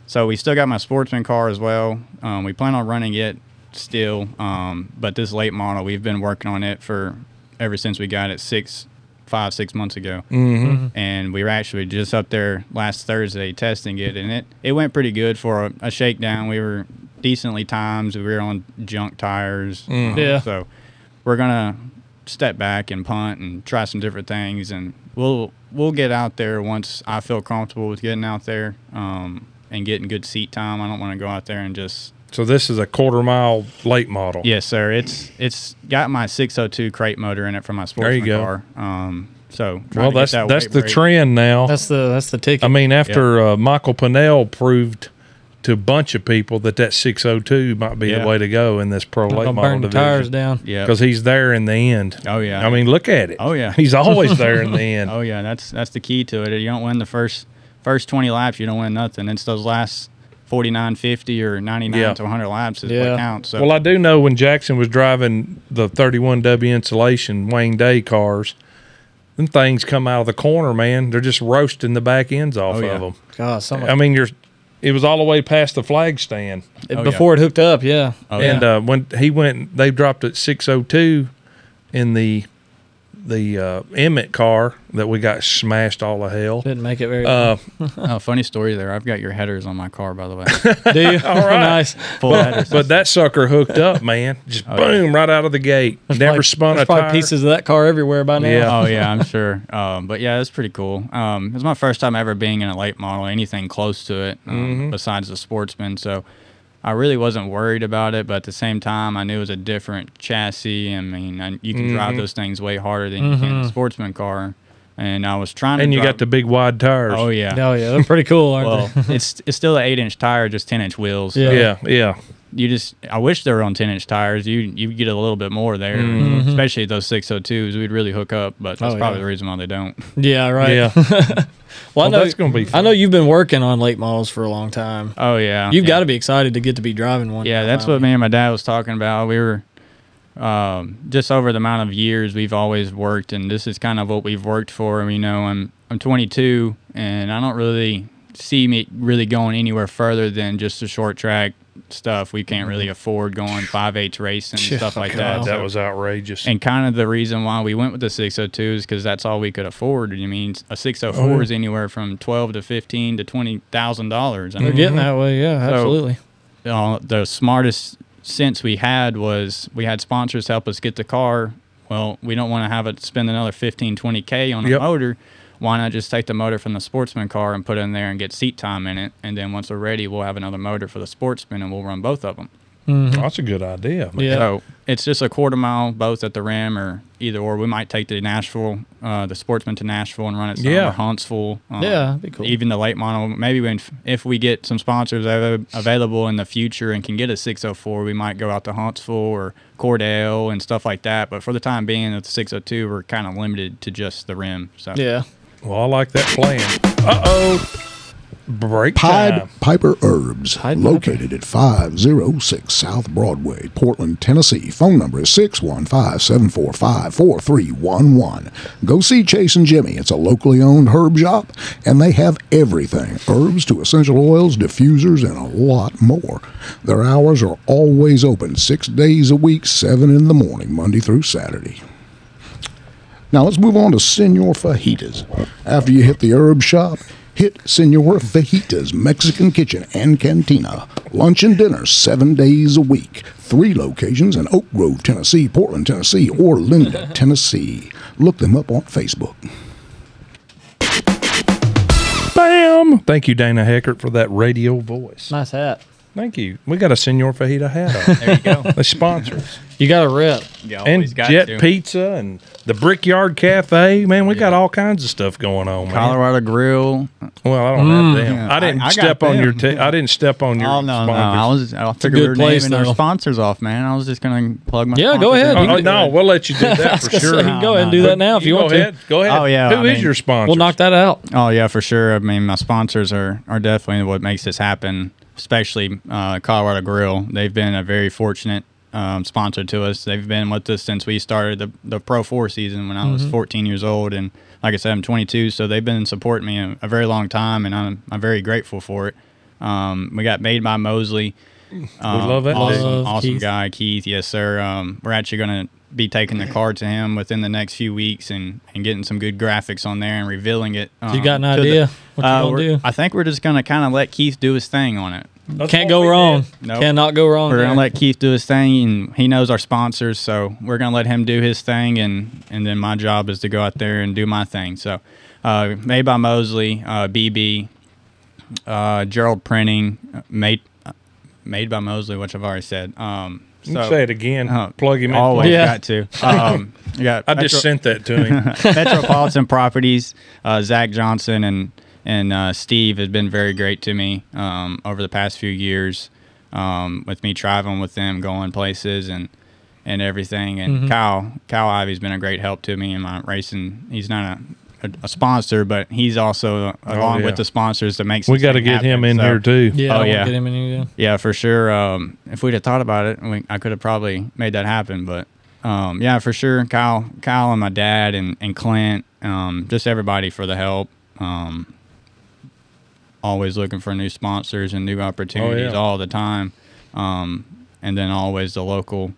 H: so we still got my sportsman car as well. Um, we plan on running it still, um, but this late model, we've been working on it for ever since we got it six, five, six months ago. Mm-hmm. And we were actually just up there last Thursday testing it, and it, it went pretty good for a, a shakedown. We were decently timed. We were on junk tires. um,
E: Yeah.
H: So we're gonna step back and punt and try some different things, and we'll we'll get out there once I feel comfortable with getting out there um, and getting good seat time. I don't want to go out there and just
A: so this is a quarter mile late model.
H: yes, sir. It's it's got my 602 crate motor in it for my sportsman
A: you go.
H: car. Um, so trying
A: Well,
H: to get
A: that's
H: that
A: that's
H: weight
A: the
H: rate.
A: trend now.
E: that's the that's the ticket.
A: I mean, after uh, Michael Pinnell proved to a bunch of people that that 602 might be
H: Yeah.
A: the way to go in this pro late
E: Don't
A: model
E: burn the
A: division.
E: tires down.
H: Yeah.
A: because he's there in the end.
H: Oh, yeah.
A: I mean, look at it.
H: Oh, yeah.
A: he's
H: [LAUGHS]
A: always there in the end.
H: Oh yeah, that's that's the key to it. You don't win the first first 20 laps, you don't win nothing. It's those last 49, 50, or 99
A: Yeah.
H: to 100 laps is
E: Yeah.
H: what counts. So
A: Well, I do know when Jackson was driving the 31W insulation Wayne Day cars, them things come out of the corner, man. They're just roasting the back ends off
H: Oh,
A: of
H: yeah.
A: them.
E: God, someone,
A: I mean, you're it was all the way past the flag stand,
H: Oh,
E: before it hooked up, yeah.
H: Oh,
A: and
H: yeah.
A: uh, when he went, they dropped at 602 in the the uh, Emmett car that we got smashed all the hell.
E: Didn't make it very
A: Uh,
H: oh, funny story there. I've got your headers on my car, by
A: [LAUGHS]
H: the way.
E: [LAUGHS] Do you?
A: right.
E: nice.
H: Full headers.
A: but that sucker hooked up, man. Just boom, right out of the gate. Never
E: Like,
A: spun
E: Oh, there's
A: a
E: probably
A: tire.
E: pieces of that car everywhere by now.
A: Yeah.
H: oh yeah, I'm sure. [LAUGHS] Um, but yeah, it's pretty cool. Um, it was my first time ever being in a late model, anything close to it, um,
A: Mm-hmm.
H: besides the Sportsman. So I really wasn't worried about it, but at the same time, I knew it was a different chassis. I mean, I, you can
A: Mm-hmm.
H: drive those things way harder than you
E: Mm-hmm.
H: can a Sportsman car. And I was trying to.
A: and you
H: drive-
A: got the big wide tires.
H: Oh yeah.
E: Oh yeah, they're pretty cool, aren't
H: Well,
E: they?
H: it's it's still an eight inch tire, just ten inch wheels.
E: Yeah.
A: yeah, yeah.
H: You just I wish they were on ten inch tires. You you get a little bit more there,
A: Mm-hmm.
H: especially those six oh twos. We'd really hook up, but that's
E: Oh,
H: probably
E: yeah.
H: the reason why they don't.
E: Yeah, right.
A: Yeah.
E: [LAUGHS] Well, I
A: Well,
E: know
A: that's gonna be
E: I
A: fun. Uh,
E: know you've been working on late models for a long time.
H: Oh yeah,
E: You've
H: yeah.
E: got to be excited to get to be driving one. Uh,
H: Yeah,
E: now,
H: that's what
E: finally.
H: me and my dad was talking about. We were um, just over the amount of years we've always worked, and this is kind of what we've worked for. And, You know, I'm I'm 22, and I don't really see me really going anywhere further than just the short track stuff. We can't
E: Mm-hmm.
H: really afford going five eights racing
E: [LAUGHS]
H: and stuff like that.
A: God,
H: So-
A: that was outrageous.
H: and kind of the reason why we went with the 602 is because that's all we could afford. I mean, a 604
E: Oh,
H: is anywhere from 12 to 15 to 20 thousand dollars. I
E: They're
H: mean,
E: getting
A: Mm-hmm.
E: that way. Yeah, absolutely.
H: uh, the smartest sense we had was we had sponsors help us get the car. Well, we don't want to have it spend another 15, 20K on a
A: Yep.
H: motor. Why not just take the motor from the sportsman car and put it in there and get seat time in it? And then once we're ready, we'll have another motor for the sportsman and we'll run both of them.
A: Oh, That's a good idea. man.
E: Yeah.
H: So it's just a quarter mile both at the rim or either or. We might take the Nashville, uh, the Sportsman to Nashville and run it somewhere
A: Yeah.
H: or Huntsville. Um,
E: Yeah, that'd be cool.
H: Even the late model. Maybe when if we get some sponsors av- available in the future and can get a 604, we might go out to Huntsville or Cordell and stuff like that. But for the time being, with the 602, we're kind of limited to just the rim. So
E: Yeah.
A: Well, I like that plan. Uh oh. Break
I: Pied
A: time.
I: Piper Herbs,
E: uh, Pied Piper.
I: located at 506 South Broadway, Portland, Tennessee. Phone number is 615 745 4311. Go see Chase and Jimmy. It's a locally owned herb shop, and they have everything herbs to essential oils, diffusers, and a lot more. Their hours are always open six days a week, seven in the morning, Monday through Saturday. Now let's move on to Senor Fajitas. After you hit the herb shop, Hit Senor Fajitas Mexican Kitchen and Cantina. Lunch and dinner seven days a week. Three locations in Oak Grove, Tennessee, Portland, Tennessee, or Linda, Tennessee. Look them up on Facebook.
A: Bam! Thank you, Dana Heckert, for that radio voice.
E: Nice hat.
A: Thank you. We got a Senor Fajita hat on.
H: There you go.
A: They sponsor
E: [LAUGHS]
A: us.
E: You got a rip.
H: You always
A: and
H: got
A: Jet
H: to.
A: Pizza and the Brickyard Cafe. Man, we got all kinds of stuff going on. man.
H: Colorado Grill.
A: Well, I don't have them.
H: Yeah,
A: I didn't
H: I- I got
A: step on your.
H: them.
A: T- I didn't step on your.
H: Oh no, no! I
A: sponsors.
H: was I figured
E: good
H: we were
E: place,
H: naming our
E: though.
H: sponsors off, man. I was just gonna plug my.
E: Yeah, go
H: sponsors
E: ahead.
H: in.
E: You
A: Oh, oh, no, we'll let
H: [LAUGHS]
A: you do that for sure.
E: you can go ahead and do
H: no.
E: that now if you,
A: go
E: want
A: ahead.
E: to.
A: Go ahead.
H: Oh, yeah,
A: Who is
H: I mean-
A: your sponsor?
E: We'll knock that out.
H: Oh yeah, for sure. I mean, my sponsors are are definitely what makes this happen. Especially uh, Colorado Grill. They've been a very fortunate um, sponsor to us. They've been with us since we started the the Pro Four season when I
A: Mm-hmm.
H: was 14 years old, and like I said, I'm 22. So they've been supporting me a, a very long time, and I'm I'm very grateful for it. Um, we got made by Mosley. Um,
A: love that
H: Awesome,
E: dude.
H: awesome
E: Keith.
H: guy, Keith. Yes, sir. Um, we're actually going to be taking the card to him within the next few weeks and, and getting some good graphics on there and revealing it. Um,
E: you got an
H: to the-
E: idea what you
H: uh,
E: gonna
H: we're-
E: do?
H: I think we're just going to kind of let Keith do his thing on it.
E: Can't go wrong.
H: Nope.
E: Cannot go wrong.
H: We're going
E: there.
H: to let Keith do his thing, and he knows our sponsors, so we're going to let him do his thing, and, and then my job is to go out there and do my thing. So, uh, made by Mosley, uh, BB, uh, Gerald Printing, uh, made uh, made by Mosley, which I've already said. Um,
A: You can
H: so-
A: say it again.
H: Oh,
A: Plug him in.
H: Always
E: Yeah. [LAUGHS]
H: got to. Um, you got
A: I just sent that to
H: [LAUGHS]
A: him.
H: Metropolitan Properties, uh, Zach Johnson and and uh, Steve has been very great to me um, over the past few years, um, with me traveling with them, going places and and everything. And
A: Mm-hmm.
H: Kyle Kyle Ivy's been a great help to me in my racing. He's not a, a, a sponsor, but he's also along
A: Oh, yeah.
H: with the sponsors that makes
A: we
H: this
A: got to
H: thing
A: get him
H: happen.
A: in
H: So-
A: here too.
E: Yeah.
H: Oh,
E: we'll
H: yeah.
E: Get him in here.
H: yeah, for sure. Um, if we'd have thought about it, we, I could have probably made that happen. But um, yeah, for sure, Kyle, Kyle, and my dad, and and Clint, um, just everybody for the help. Um, always looking for new sponsors and new opportunities all the time, um, and then always the local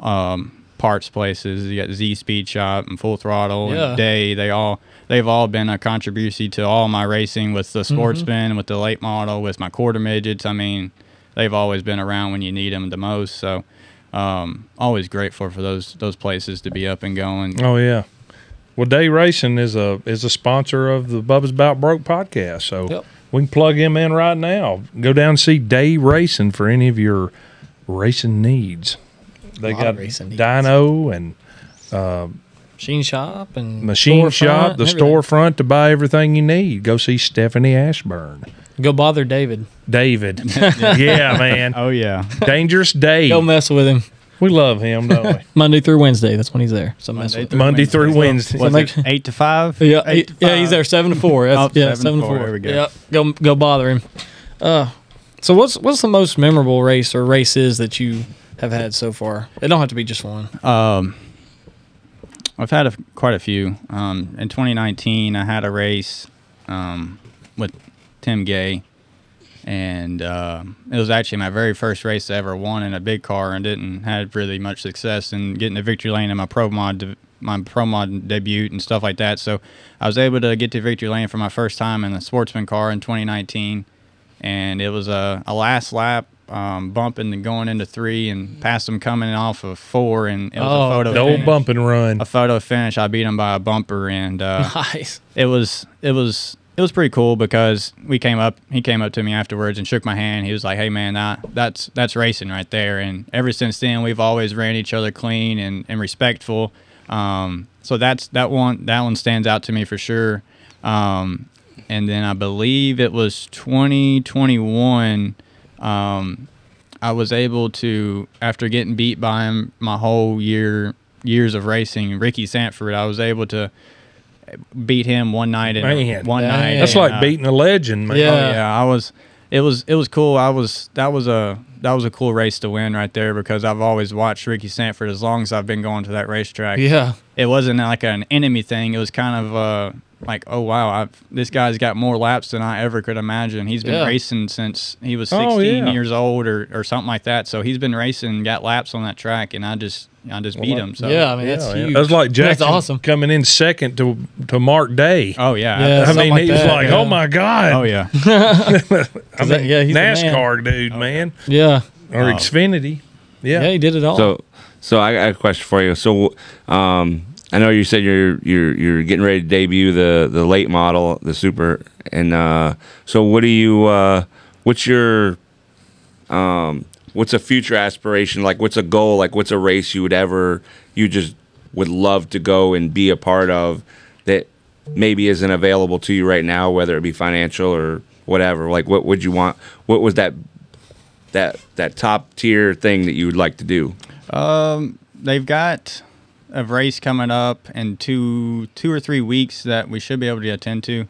H: um, parts places. You got Z Speed Shop and Full Throttle
E: Yeah.
H: and Day. They all they've all been a contribution to all my racing with the sportsman, with the late model, with my quarter midgets. I mean, they've always been around when you need them the most. So. Um, always grateful for those those places to be up and going.
A: Oh yeah. Well, Day Racing is a is a sponsor of the Bubba's About Broke podcast, so
E: Yep.
A: we can plug him in right now. Go down and see Day Racing for any of your racing needs. They
E: Lot of
A: got
E: racing needs.
A: dyno and
E: Machine shop and
A: machine
E: storefront
A: shop,
E: and
A: the
E: everything.
A: storefront to buy everything you need. Go see Stephanie Ashburn,
E: Go bother David. [LAUGHS]
A: David. yeah, man,
H: Oh [LAUGHS] yeah,
A: dangerous Dave.
E: Go mess with him.
A: We love him,
E: [LAUGHS]
A: don't
E: Monday through Wednesday. That's when he's there. So mess with
H: Monday
A: we?
H: through
E: him.
A: Monday through Wednesday.
H: was
E: like-
H: it eight to five?
E: Yeah,
H: Eight to
E: yeah, he's
H: five?
E: there seven to four. That's,
H: Oh,
E: yeah, seven
H: seven to
E: to
H: four.
E: four.
H: There we go.
E: Yeah, go go bother him. Uh, so what's what's the most memorable race or races that you have had so far? It don't have to be just one.
H: Um, I've had a, quite a few. Um, in 2019, I had a race um, with Tim Gay, and uh, it was actually my very first race I ever won in a big car, and didn't have really much success in getting the victory lane in my pro mod. De- my pro mod debut and stuff like that. So I was able to get to victory lane for my first time in the sportsman car in 2019 and it was a, a last lap um, bumping and going into three and passed him coming off of four and it was
E: Oh,
H: a photo
A: The old
H: finish.
A: bump and run.
H: a photo finish I beat him by a bumper and uh,
E: [LAUGHS] Nice.
H: it was it was it was pretty cool because we came up he came up to me afterwards and shook my hand he was like hey man that that's that's racing right there and ever since then we've always ran each other clean and, and respectful um, so that's that one that one stands out to me for sure um, and then i believe it was 2021 um, I was able to, after getting beat by him my whole year years of racing, Ricky Sanford, I was able to beat him one night and
A: Man,
H: one
E: dang.
H: night.
A: That's
H: and,
A: like
H: uh,
A: beating a legend, man.
E: Yeah.
H: Oh yeah, I was. It was it was cool. I was that was a that was a cool race to win right there because I've always watched Ricky Sanford as long as I've been going to that racetrack
E: Yeah.
H: it wasn't like an enemy thing. It was kind of uh, like, oh wow, I've, this guy's got more laps than I ever could imagine. He's been
E: Yeah.
H: racing since he was
A: Oh,
H: 16
A: yeah.
H: years old or, or something like that. So he's been racing, got laps on that track, and I just I just beat him. So
E: yeah, I mean that's huge.
A: That's like Jackson
E: That's awesome.
A: coming in second to to Mark Day.
H: Oh yeah,
E: Yeah.
A: I mean,
E: something like
A: he was
E: that,
A: like,
E: yeah.
A: "Oh my god!"
H: oh yeah.
A: I mean,
E: that- yeah, he's the man. Oh,
A: NASCAR dude, man,
E: Yeah. Oh.
A: or Xfinity. Yeah,
E: yeah, he did it all.
B: So, so I got a question for you. So, um, I know you said you're you're you're getting ready to debut the the late model, the super, and uh, so what do you uh, what's your um, what's a future aspiration? Like, what's a goal? Like, what's a race you would ever you just would love to go and be a part of that maybe isn't available to you right now, whether it be financial or whatever. Like, what would you want? What was that? That, that top tier thing that you would like to do
H: they've got a race coming up in two two or three weeks that we should be able to attend to.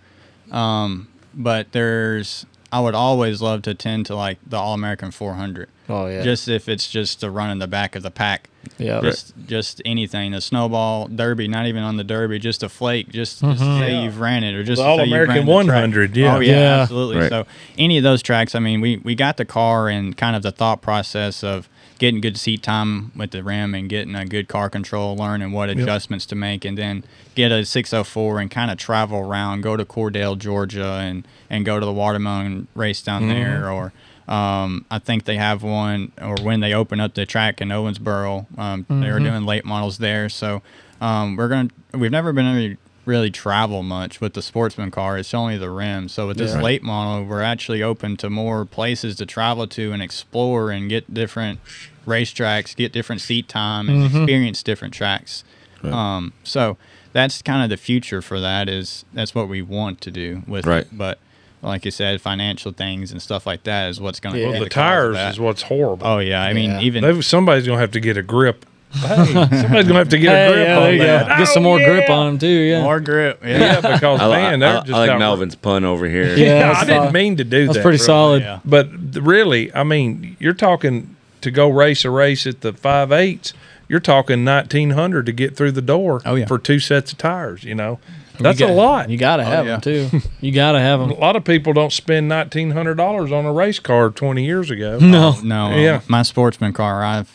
H: Um, but there's I would always love to attend to like the All American 400.
E: Oh, yeah.
H: Just if it's just to run in the back of the pack.
E: Yeah.
H: Just just anything. The snowball derby, not even on the derby, just a flake. Just, just
E: Mm-hmm.
H: say you've ran it or just
A: The
H: say you've
A: All-American
H: ran the track.
A: 100, yeah.
H: Oh yeah,
E: Yeah.
H: absolutely.
B: Right.
H: So any of those tracks, I mean, we, we got the car and kind of the thought process of getting good seat time with the rim and getting a good car control, learning what adjustments to make, and then get a 604 and kind of travel around, go to Cordell, Georgia, and, and go to the Watermelon race down there. Or um, I think they have one, or when they open up the track in Owensboro, um, they were doing late models there. So um, we're going to, we've never been any really travel much with the sportsman car. It's only the rim. So with this late model, we're actually open to more places to travel to and explore and get different racetracks, get different seat time, and experience different tracks. Um, so that's kind of the future for that. Is that's what we want to do with
B: Right.
H: it. But like you said, financial things and stuff like that is what's going to
E: Yeah.
H: yeah.
E: Well,
A: the tires is what's horrible.
H: Oh yeah, I mean
E: Yeah.
H: even
A: They- somebody's gonna have to get a
E: [LAUGHS]
A: grip. Hey, somebody's gonna have to get a
E: Hey,
A: grip
E: yeah, there
A: on Oh,
E: you
A: that.
E: go. Get some more grip on him too. Yeah.
H: more grip. Yeah.
A: Yeah,
E: [LAUGHS]
A: because
B: I, li-
A: man,
B: I,
A: they're
B: I
A: just
B: like
A: not-
B: Melvin's pun over here.
E: Yeah.
A: Yeah, I
E: that's
A: didn't
E: fine.
A: mean to do that.
E: That's pretty
A: really.
E: solid.
H: Yeah.
A: But th- really, I mean, you're talking to go race a race at the five eights. You're talking nineteen hundred to get through the door.
H: Oh, yeah.
A: for two sets of tires. You know, that's a
E: got-
A: lot.
E: You gotta have
H: yeah.
E: them too. You gotta have them.
A: a lot of people don't spend nineteen hundred dollars on a race car twenty years ago.
E: No.
H: No,
A: [LAUGHS]
H: um,
A: Yeah.
H: my sportsman car, I've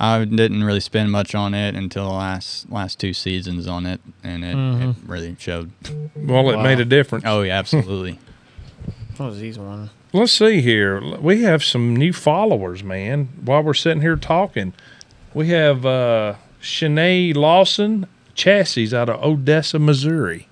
H: I didn't really spend much on it until the last last two seasons on it, and it, it
A: Mm-hmm.
H: really showed.
A: Well, it made a difference.
H: Oh yeah, absolutely.
E: What was these one?
A: Let's see here. L- We have some new followers, man. While we're sitting here talking, we have uh, Shanae Lawson Chassis out of Odessa, Missouri.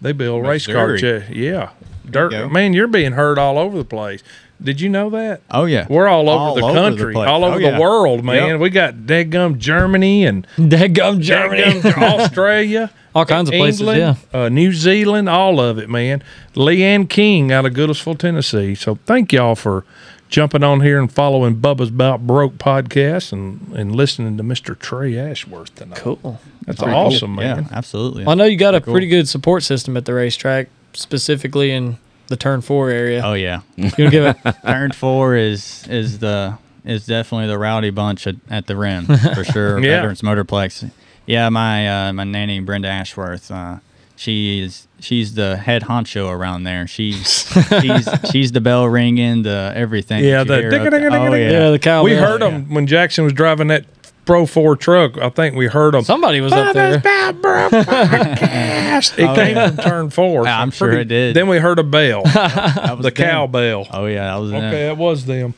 A: They build race car.
H: Missouri.
A: Cha- yeah, dirt.
H: go.
A: man, you're being heard all over the place. Did you know that?
H: Oh yeah,
A: We're all over
H: All
A: the
H: over the
A: country,
H: place.
A: all over
H: Oh,
A: the
H: yeah.
A: world, man.
H: Yep.
A: We got Dadgum Germany and
E: Dadgum Germany.
H: [LAUGHS]
A: Dadgum Australia.
E: All kinds of places.
A: England,
E: Yeah.
A: uh, New Zealand, all of it, man. Leanne King out of Goodlettsville, Tennessee. So thank y'all for jumping on here and following Bubba's About Broke podcast and, and listening to Mr. Trey Ashworth tonight.
E: Cool.
A: That's awesome,
H: yeah,
A: man.
H: absolutely.
E: I know you got a pretty good support system at the racetrack, specifically in the turn four area.
H: Oh yeah,
E: You'll [LAUGHS] give it.
H: turn four is is the is definitely the rowdy bunch at, at the rim
A: [LAUGHS]
H: for sure.
A: Yeah.
H: Veterans Motorplex. Yeah, my uh, my nanny Brenda Ashworth. Uh, she is she's the head honcho around
A: [LAUGHS]
H: there. She's she's she's the bell ringing, the everything.
A: Yeah,
H: that you
A: the
H: hear up there.
A: ding-a-ding-a-ding-a-ding.
H: Oh,
E: Yeah, the cow.
A: we heard them when Jackson was driving that Pro 4 truck. I think we heard them.
E: Somebody was up there.
A: About Broke
H: [LAUGHS]
A: podcast. It came from turn four. so
H: Oh, I'm sure
A: pretty-
H: it did.
A: Then we heard a bell,
H: [LAUGHS] That was
A: the
H: them.
A: cowbell.
H: Oh yeah, that was them.
A: Okay, it was
E: [LAUGHS]
A: them.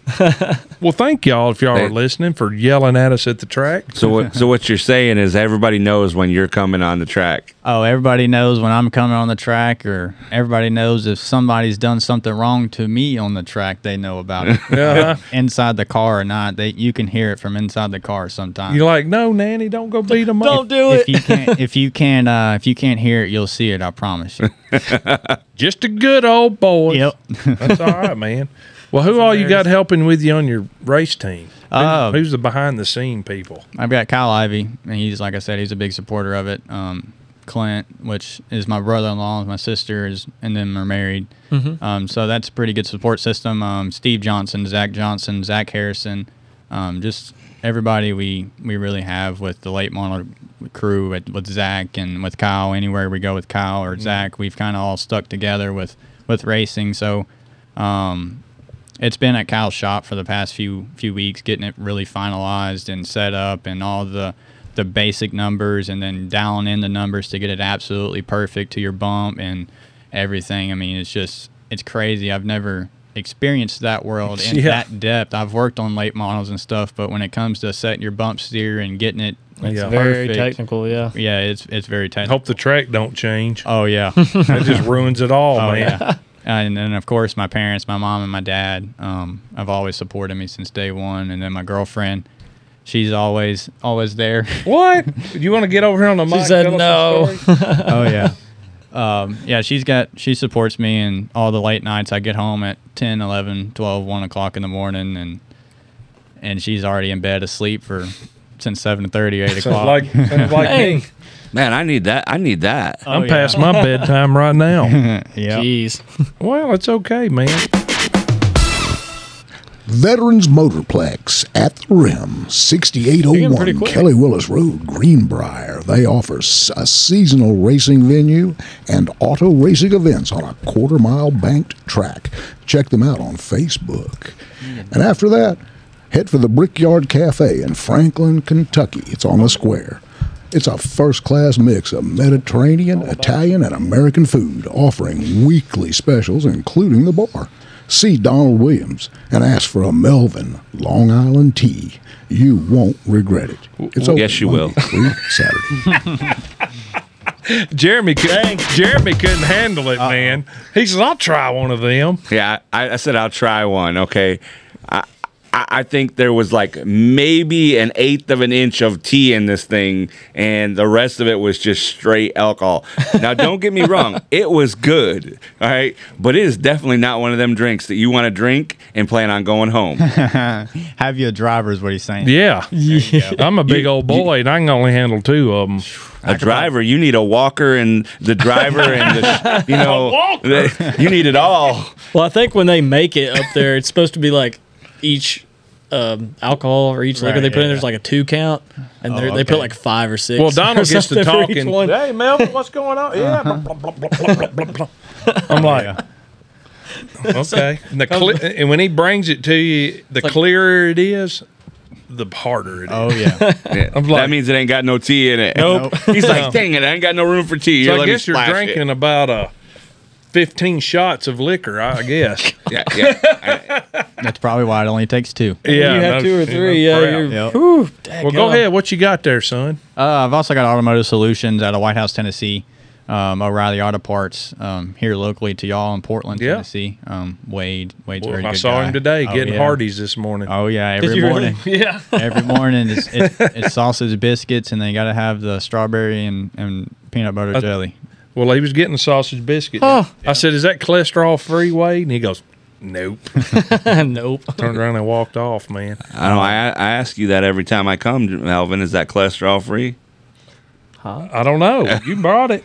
A: well, thank y'all if y'all
B: They-
A: are listening for yelling at us at the track.
B: So what? So what you're saying is everybody knows when you're coming on the track.
H: Oh, everybody knows when I'm coming on the track, or everybody knows if somebody's done something wrong to me on the track, they know about it.
A: [LAUGHS]
E: [LAUGHS]
A: Uh-huh.
H: inside the car or not, they you can hear it from inside the car sometimes.
A: You're like, no, Nanny, don't go beat them up.
E: do
H: if you can't, if you can, uh, if you can't hear it, you'll see it. I promise you.
A: Just a good old boy.
H: Yep.
A: That's all right, man. Well, who all you got helping with you on your race team? Who-
H: Uh,
A: Who's the behind the scene people?
H: I've got Kyle Ivy, and he's like I said, he's a big supporter of it. Um, Clint, which is my brother-in-law, my sister is, and then we're married. Um, so that's a pretty good support system. Um, Steve Johnson, Zach Johnson, Zach Harrison, um, just everybody we, we really have with the late model crew with, with Zach and with Kyle. Anywhere we go with Kyle or Zach, we've kind of all stuck together with with racing. So um, it's been at Kyle's shop for the past few few weeks, getting it really finalized and set up, and all the the basic numbers, and then dialing in the numbers to get it absolutely perfect to your bump and everything. I mean, it's just it's crazy. I've never experienced that world
A: [LAUGHS]
H: in
A: Yeah.
H: that depth. I've worked on late models and stuff, but when it comes to setting your bump steer and getting it
A: Yeah.
E: Very
H: perfect,
E: technical, yeah.
H: yeah, it's it's very technical.
A: Hope the track don't change.
H: Oh
A: [LAUGHS]
H: yeah.
A: That
H: [LAUGHS]
A: just ruins it all,
H: Oh
A: man.
H: yeah. [LAUGHS] And then of course my parents, my mom and my dad, um, have always supported me since day one. And then my girlfriend, she's always
A: [LAUGHS]
H: always there.
A: What? You want to get over here on the mic?
E: said
A: tell us
E: no.
A: the story?
H: oh yeah. [LAUGHS] Um, yeah, she's got she supports me and all the late nights I get home at 10, 11, 12, 1 o'clock in the morning and and she's already in bed asleep for since seven to
A: [LAUGHS]
H: thirty, eight
A: Sounds
H: o'clock.
A: like, sounds like
E: Hey.
A: me.
B: Man, I need that. I need that.
H: Oh,
A: I'm past
H: [LAUGHS]
A: my bedtime right now.
H: yeah.
E: Jeez.
A: well, it's okay, man.
I: Veterans Motorplex at the Rim,
E: You're getting pretty
I: 6801
E: quick.
I: Kelly Willis Road, Greenbrier. They offer s- a seasonal racing venue and auto racing events on a quarter mile banked track. Check them out on Facebook. And after that, head for the Brickyard Cafe in Franklin, Kentucky. It's on the square. It's a first class mix of Mediterranean, Italian, and American food, offering weekly specials, including the bar. See Donald Williams and ask for a Melvin Long Island tea. You won't regret it. It's open
B: Yes, you will.
I: Monday through Saturday.
A: Jeremy, could, Jeremy couldn't handle it, man. He says, "I'll try one of them."
B: Yeah, I, I said I'll try one. Okay, I, I I think there was like maybe an eighth of an inch of tea in this thing, and the rest of it was just straight alcohol. Now, don't get [LAUGHS] me wrong, it was good, all right, but it is definitely not one of them drinks that you want to drink and plan on going home.
H: Have you a driver is what he's saying.
A: Yeah, I'm a big old boy, and I can only handle two of them.
B: A driver, you need a walker and the driver and the,
A: [LAUGHS]
B: you know, the- you need it all.
E: [LAUGHS] Well, I think when they make it up there, it's supposed to be like each um, alcohol or each liquor
H: Right,
E: they put
H: yeah,
E: in. There's like a two count, and they're they
H: okay.
E: put like five or six.
A: Well,
E: or [LAUGHS]
A: Donald gets to
E: something for each
A: talking.
E: one.
A: Hey, Melvin, what's going on? Yeah. blah, blah, blah, blah, blah, blah, blah.
H: Oh,
A: I'm like, okay. And, the cle- and when he brings it to you, the clearer it is, the harder it is. [LAUGHS]
H: Oh yeah.
B: Yeah,
A: like-
B: that means it ain't got no tea in it.
A: Nope.
B: [LAUGHS] He's like, dang it, I ain't got no room for tea. Here,
A: So I
B: let me
A: guess you're
B: splash it."
A: drinking about uh, 15 shots of liquor, I guess.
B: Yeah, yeah.
H: That's probably why it only takes two.
A: yeah.
E: you
A: no-
E: have two
A: no
E: or three. Yeah,
A: crap.
E: you're,
H: Yep.
E: whew, dang
A: Well, go
E: on.
A: ahead. What you got there, son?
H: Uh, I've also got Automotive Solutions out of White House, Tennessee. Um, O'Reilly Auto Parts um, here locally to y'all in Portland,
A: Yeah.
H: Tennessee. Um, Wade, Wade's
A: Well,
H: very
A: I
H: good
A: saw
H: guy.
A: him today
H: Oh,
A: getting
H: yeah.
A: Hardee's this morning.
H: Oh yeah,
E: you
H: every
E: really?
A: [LAUGHS]
H: morning. Yeah, every morning it's, it's, it's sausage biscuits, and they got to have the strawberry and, and peanut butter
A: Uh, [LAUGHS]
H: jelly.
A: Well, he was getting a sausage biscuit. I said, "Is that cholesterol free, Wade?" And he goes, "Nope." [LAUGHS]
E: [LAUGHS] nope.
A: Turned around and walked off, man.
B: I don't. I, I ask you that every time I come, Melvin. Is that cholesterol free?
A: I don't know. You brought
E: [LAUGHS]
A: it.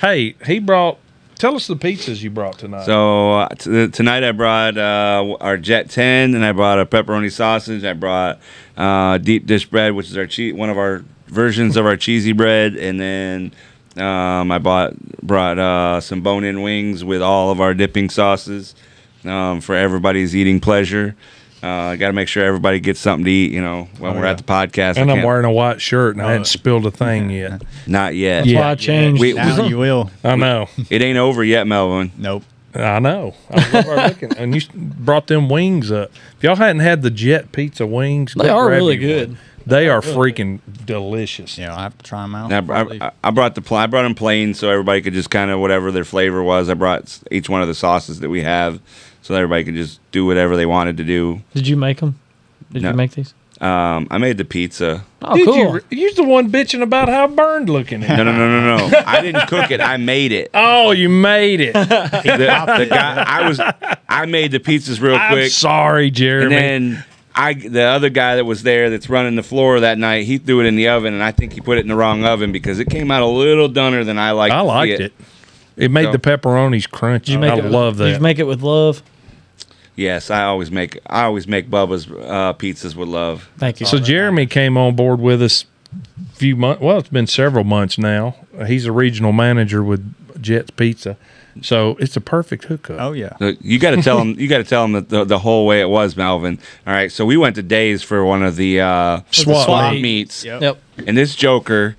A: hey, he brought. Tell us the pizzas you brought tonight.
B: So uh, t- tonight I brought uh, our Jet Ten, and I brought a pepperoni sausage. I brought uh, deep dish bread, which is our che- one of our versions of our cheesy bread, and then um, I bought brought uh, some bone in wings with all of our dipping sauces um, for everybody's eating pleasure. Uh, I got to make sure everybody gets something to eat. You know, when we're at the podcast, I
A: Oh, and I'm
B: can't-
A: wearing a white shirt, and I
E: Uh,
A: hadn't spilled a thing
E: [LAUGHS]
A: yet.
B: not yet.
E: That's why I changed.
B: We-
H: Now you will.
A: I know.
B: It ain't over yet, Melvin.
H: Nope.
A: I know. I love
E: [LAUGHS]
A: our looking. And you brought them wings up. If y'all hadn't had the Jet Pizza wings,
E: They
A: go
E: are
A: grab
E: really
A: you one.
E: good.
A: They are freaking delicious.
H: Yeah, I have to try them out.
B: And I, br- I, I brought the pl- I brought them plain so everybody could just kind of whatever their flavor was. I brought s- each one of the sauces that we have so that everybody could just do whatever they wanted to do.
E: Did you make them? Did
B: No.
E: you make these?
B: Um, I made the pizza.
E: Oh,
A: Did
E: cool.
A: you re- you're the one bitching about how burned looking it.
B: No, no, no,
A: [LAUGHS]
B: no, no. I didn't cook it. I made it.
A: Oh, you made
E: [LAUGHS]
A: it.
B: The, the guy, I was I made the pizzas real
A: I'm
B: quick.
A: sorry,
B: And
A: Jeremy.
B: then I, the other guy that was there that's running the floor that night, he threw it in the oven, and I think he put it in the wrong oven because it came out a little dunner than I liked.
A: I
B: to see
A: liked it. It made
B: So-
A: the pepperonis crunchy.
E: Did you make
A: I
E: it with-
A: love
E: Did
A: that.
E: you make it with love?
B: Yes, I always make I always make Bubba's uh, pizzas with love.
E: Thank you.
A: So Jeremy came on board with us a few months. Well, it's been several months now. He's a regional manager with Jets Pizza, so it's a perfect hookup.
B: [LAUGHS]
H: Oh yeah.
B: Look, You got to
A: [LAUGHS]
B: tell him. You got to tell him that the, the whole way it was, Melvin. All right, so we went to Days for one of the uh,
A: Swap meet.
B: meets,
E: Yep.
B: and this Joker,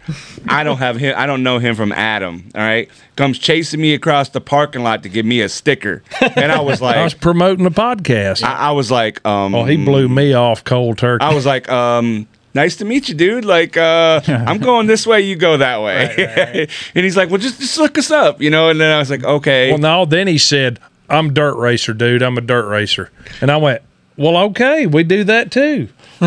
B: I don't have him. I don't know him from Adam. All right, comes chasing me across the parking lot to give me a sticker, and I
A: [LAUGHS]
B: was
A: I was
B: like,
A: promoting the podcast.
B: I, I was like, um,
A: oh, he blew me off cold turkey.
B: I was like, um, nice to meet you, dude. Like,
A: [LAUGHS]
B: uh, I'm going this way, you go that way. [LAUGHS] and he's like, well, just, just look us up, you know? And then I was like, okay.
A: well, no. Then he said, "I'm dirt racer, dude. I'm a dirt racer," and I went. Well, okay, we do that
B: [LAUGHS]
A: too. [LAUGHS]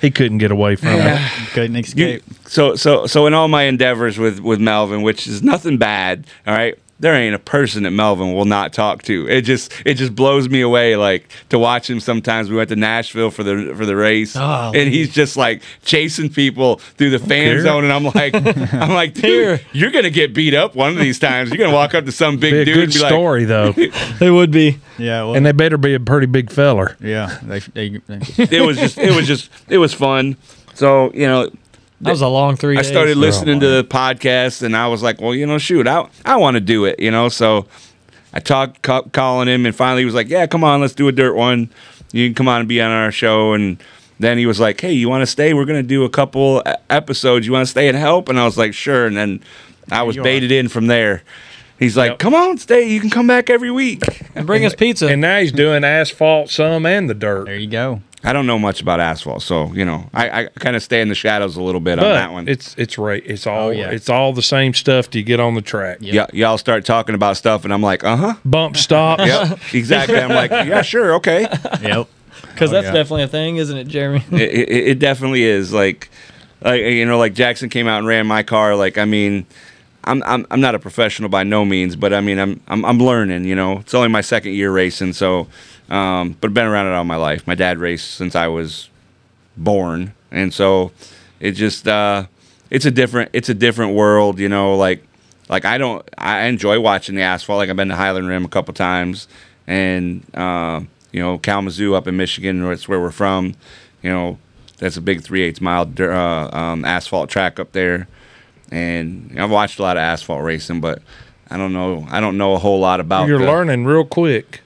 A: he couldn't get away from it.
H: Couldn't
B: You-
H: escape.
B: so, so, so in all my endeavors with, with Melvin, which is nothing bad, all right? There ain't a person that Melvin will not talk to. It just it just blows me away. Like to watch him sometimes. We went to Nashville for the for the race,
A: Oh,
B: and he's just like chasing people through the fan
A: care.
B: zone. And
A: [LAUGHS]
B: I'm like, I'm like, dude, you're gonna get beat up one of these times. You're gonna walk up to some big
A: Be a
B: dude
A: good
B: and be like,
A: story
B: [LAUGHS]
A: though,
E: It would be.
H: yeah. Well,
A: and they better be a pretty big feller.
H: yeah. They, they, they,
B: it was just it was just it was fun. So you know,
E: That was a long three.
B: I
E: days.
B: started listening to the podcast, and I was like, well, you know, shoot, I I want to do it, you know. So I talked ca- calling him, and finally he was like, yeah, come on, let's do a dirt one. You can come on and be on our show, and then he was like, hey, you want to stay? We're gonna do a couple e- episodes. You want to stay and help? And I was like, sure. And then I was baited in from there. He's like, come on, stay. You can come back every week.
E: And bring us pizza.
A: And now he's doing asphalt, some, and the dirt.
H: there
A: [LAUGHS]
H: you go.
B: I don't know much about asphalt, so you know, I, I kind of stay in the shadows a little bit on
A: but
B: that one.
A: It's it's right. It's all
H: yeah.
A: it's all the same stuff to get on the track.
B: Yeah, y'all start talking about stuff, and I'm like, uh huh.
A: [LAUGHS] Bump stops.
B: Yep, exactly. I'm like, yeah, sure, okay.
H: Yep.
E: Because
H: Oh,
E: that's
H: yeah.
E: definitely a thing, isn't it, Jeremy?
B: It, it, it definitely is like, like you know, like Jackson came out and ran my car. Like, I mean, I'm I'm, I'm not a professional by no means, but I mean, I'm I'm, I'm learning. You know, it's only my second year racing, so, um, but been around it all my life. My dad raced since I was born, and so it just uh, it's a different it's a different world. You know, like like I don't I enjoy watching the asphalt. Like I've been to Highland Rim a couple times, and uh, you know Kalamazoo up in Michigan, where it's where we're from. You know that's a big three eighths mile dir- uh, um, asphalt track up there, and I've watched a lot of asphalt racing, but I don't know I don't know a whole lot about.
A: You're
B: the-
A: learning real quick.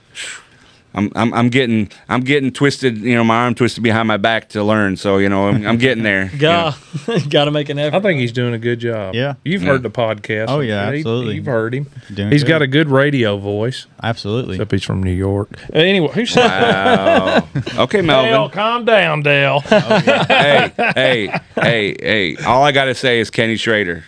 B: I'm, I'm I'm getting I'm getting twisted. You know my arm twisted behind my back to learn. So you know I'm, I'm getting there.
A: [LAUGHS]
B: you know.
E: Yeah. [LAUGHS] Got to make an effort.
A: I think he's doing a good job.
H: Yeah.
A: You've heard the podcast.
H: Oh, yeah,
A: He-
H: absolutely.
A: You've heard him.
H: Doing
A: He's got
H: good.
A: a good radio voice.
H: Absolutely.
A: Except he's from New York. Uh, Anyway, who's
B: Wow. Okay, Melvin.
A: Dale? Calm down, [LAUGHS] Dale. Oh,
B: hey, hey, hey, hey. All I gotta say is Kenny Schrader.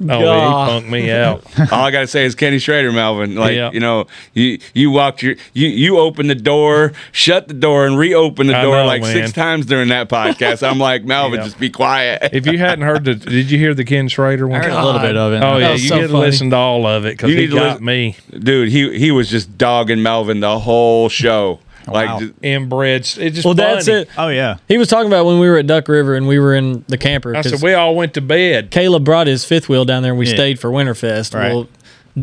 A: No, he
E: God.
A: punked me out.
B: All I gotta say is Kenny Schrader, Melvin. Like
A: Yeah.
B: you know, you you walked your you you opened the door, shut the door, and reopened the
A: I
B: door
A: know,
B: like
A: man.
B: six times during that podcast.
A: [LAUGHS]
B: I'm like, Melvin,
A: Yeah.
B: just be quiet.
A: If you hadn't heard the, did you hear the Ken Schrader one?
H: I heard a little bit of it.
A: Oh
H: That
A: yeah,
E: was
A: you
E: so
A: get to
E: funny.
A: listen to all of it because
B: You
A: he
B: need to
A: got
B: lis-
A: me
B: Dude, he he was just dogging Melvin the whole show. Like
H: Wow.
B: just-
A: inbred. It's just
E: well, that's
A: funny.
E: it.
H: Oh yeah.
E: He was talking about when we were at Duck River and we were in the camper.
A: I
E: 'cause
A: said we all went to bed.
E: Caleb brought his fifth wheel down there and we
H: Yeah.
E: stayed for Winterfest.
H: Right.
E: Well,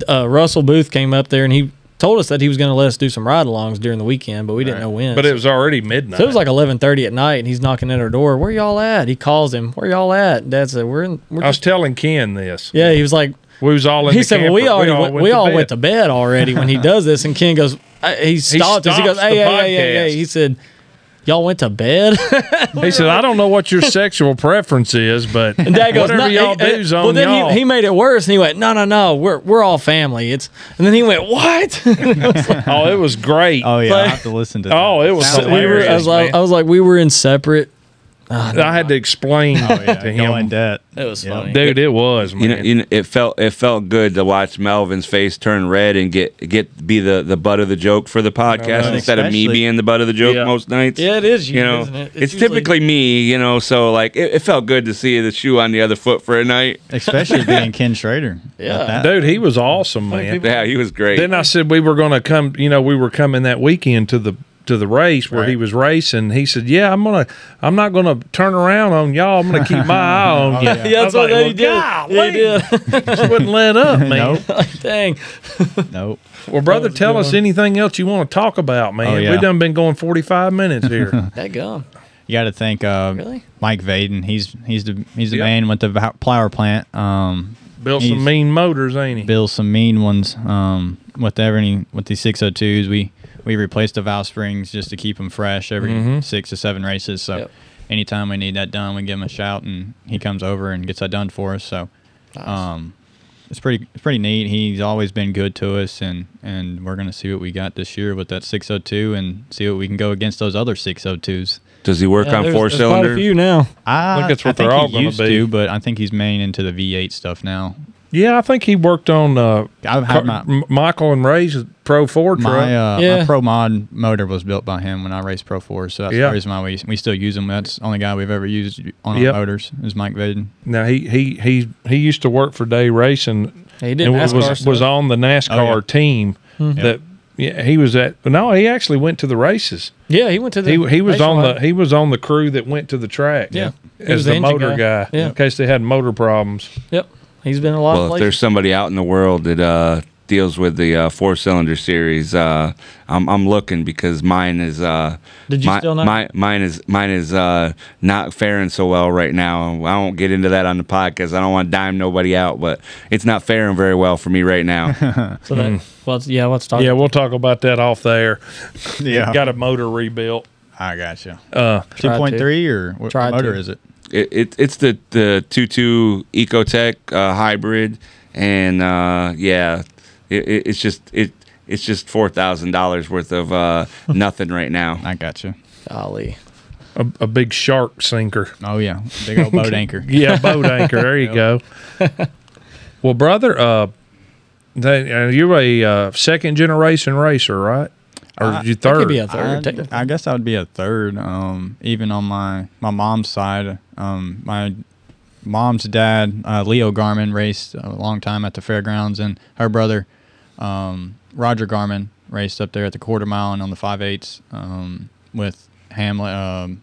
E: uh, Russell Booth came up there and he told us that he was going to let us do some ride alongs during the weekend, but we didn't know when.
A: But
E: so
A: it was already midnight.
E: So it was like eleven thirty at night, and he's knocking at our door. Where y'all at? He calls him. Where y'all at? Dad said, "We're in." We're
A: I was
E: just,
A: telling Ken this.
E: yeah, he was like,
A: We was all in
E: he
A: the
E: said,
A: camper.
E: "Well, we already went, we all went to bed already when he does this." And Ken goes, I- he stopped us. He goes,
A: stops
E: "Hey,
A: the
E: hey, hey, hey,
A: podcast.
E: hey!" He said, "Y'all went
A: [LAUGHS]
E: to bed."
A: bed. He said, I don't know what
E: [LAUGHS]
A: your sexual preference is, but
E: And [LAUGHS] Dad goes,
A: whatever
E: "No,
A: y'all
E: eh, eh."
A: do's on
E: Well, then
A: y'all.
E: He, he made it worse, and he went, "No, no, no, we're we're all family." It's and then he went, "What?" [LAUGHS]
A: oh, it was great.
H: Oh yeah.
E: But-
H: I have to listen to.
A: [LAUGHS] Oh, it was
H: Sounds
E: we were, I
A: hilarious,
E: was like,
A: man.
E: I was like, we were in [LAUGHS] separate.
A: I had to explain
E: Oh,
H: yeah,
A: to
H: go in
A: him.
H: debt.
E: It was [LAUGHS]
H: Yeah.
E: funny.
A: Dude, it was, man.
B: You know, you know, it felt it felt good to watch Melvin's face turn red and get get be the, the butt of the joke for the podcast instead of me
H: Especially-
B: being the butt of the joke
A: Yeah.
B: most nights.
E: Yeah, it is you,
B: You know,
E: isn't it?
B: it's, typically me. You know, so like it, it felt good to see the shoe on the other foot for a night.
H: Especially being
A: [LAUGHS]
H: Ken Schrader.
E: Yeah.
H: That-
A: Dude, he was awesome, man.
B: Yeah, he was great.
E: uh,
A: Then I said we were going to come. You know, we were coming that weekend to the to to the race where he was racing, he said, "Yeah, I'm gonna, I'm not gonna turn around on y'all. I'm gonna keep my
H: [LAUGHS]
A: eye
H: Oh,
A: on you."
E: Yeah,
A: I
E: that's
A: was
E: what
A: like,
E: they
A: well,
E: did. They
A: golly,
E: did. [LAUGHS]
A: just wouldn't let
H: [LAUGHS]
A: up, man.
E: Dang.
H: Nope.
A: Well, brother, tell us anything else you want to talk about, man.
H: Oh, yeah.
A: we done been going 45 minutes
H: [LAUGHS]
A: here.
E: That gum.
H: You got to think of
E: Really?
H: Mike Vaden. He's he's the he's the
A: Yep.
H: man with the va- flower plant. Um,
A: Built
H: He's-
A: some mean motors, ain't he?
H: build some mean ones. Um, with every with the 602s, we we replace the valve springs just to keep them fresh every
A: Mm-hmm.
H: six to seven races. So
E: Yep.
H: anytime we need that done, we give him a shout, and he comes over and gets that done for us. So um, it's pretty it's pretty neat. He's always been good to us, and and we're gonna see what we got this year with that 602, and see what we can go against those other 602s.
B: Does he work
E: Yeah,
B: on
E: there's-
B: four
E: there's quite a
B: cylinder?
E: few now.
H: I
A: think that's what they're
H: he
A: all gonna
H: used
A: be.
H: To, but I think he's main into the V8 stuff now.
A: Yeah, I think he worked on uh, Car-
H: I've had my
A: M- Michael and Ray's Pro Ford truck.
H: my, uh,
E: Yeah.
H: my pro mod motor was built by him when I raced Pro Four, so that's
A: Yeah.
H: the reason why we we still use him. That's the only guy we've ever used on
A: Yep.
H: our motors is Mike
A: [LAUGHS]
H: Vaden.
A: now he he he he used to work for Day Racing.
E: He did
A: and
E: NASCAR
A: was
E: stuff.
A: was on the NASCAR
H: Oh, yeah.
A: team
E: Mm-hmm.
A: that. Yeah, he was at. No, he actually went to the races.
E: Yeah, he went to the.
A: He, he was
E: race
A: on
E: line.
A: the he was on the crew that went to the track.
E: Yeah. He
A: as
E: was
A: the,
E: the engine
A: motor guy,
E: guy. Yeah.
A: in case they had motor problems.
E: Yep. He's been in a lot of
B: Well, if there's
E: places.
B: somebody out in the world that uh, deals with the uh, four cylinder series, uh, I'm, I'm looking because mine is. Uh,
E: Did you
B: my,
E: still not-
B: My, mine is mine is uh, not faring so well right now. I won't get into that on the podcast. I don't want to dime nobody out, but it's not faring very well for me right
E: [LAUGHS]
B: now.
E: So that,
B: Mm.
E: well, it's- yeah, let's talk.
A: Yeah, we'll talk about that off there.
H: Yeah,
A: Got a motor rebuilt.
H: I got you.
A: Uh,
H: Two point three or what
E: Tried
H: motor
E: to.
H: is it?
B: it, it it's the the two two Ecotech uh, hybrid, and uh, yeah, it, it, it's just it it's just four thousand dollars worth
E: [LAUGHS]
B: of uh, nothing right now.
H: I got you.
E: Golly.
A: a, a big shark sinker.
H: Oh yeah,
A: [LAUGHS]
H: big old boat anchor.
A: Yeah, [LAUGHS] boat anchor. There you go. [LAUGHS] well, brother, uh, they, uh, you're a uh, second generation racer, right? Or you
E: That
A: third?
E: could be a third.
H: I'd-
E: technically.
H: I guess I would be a third. Um, even on my my mom's side, um, my mom's dad, uh, Leo Garmin, raced a long time at the fairgrounds, and her brother, um, Roger Garmin, raced up there at the quarter mile and on the five eights um, with Hamlet, um,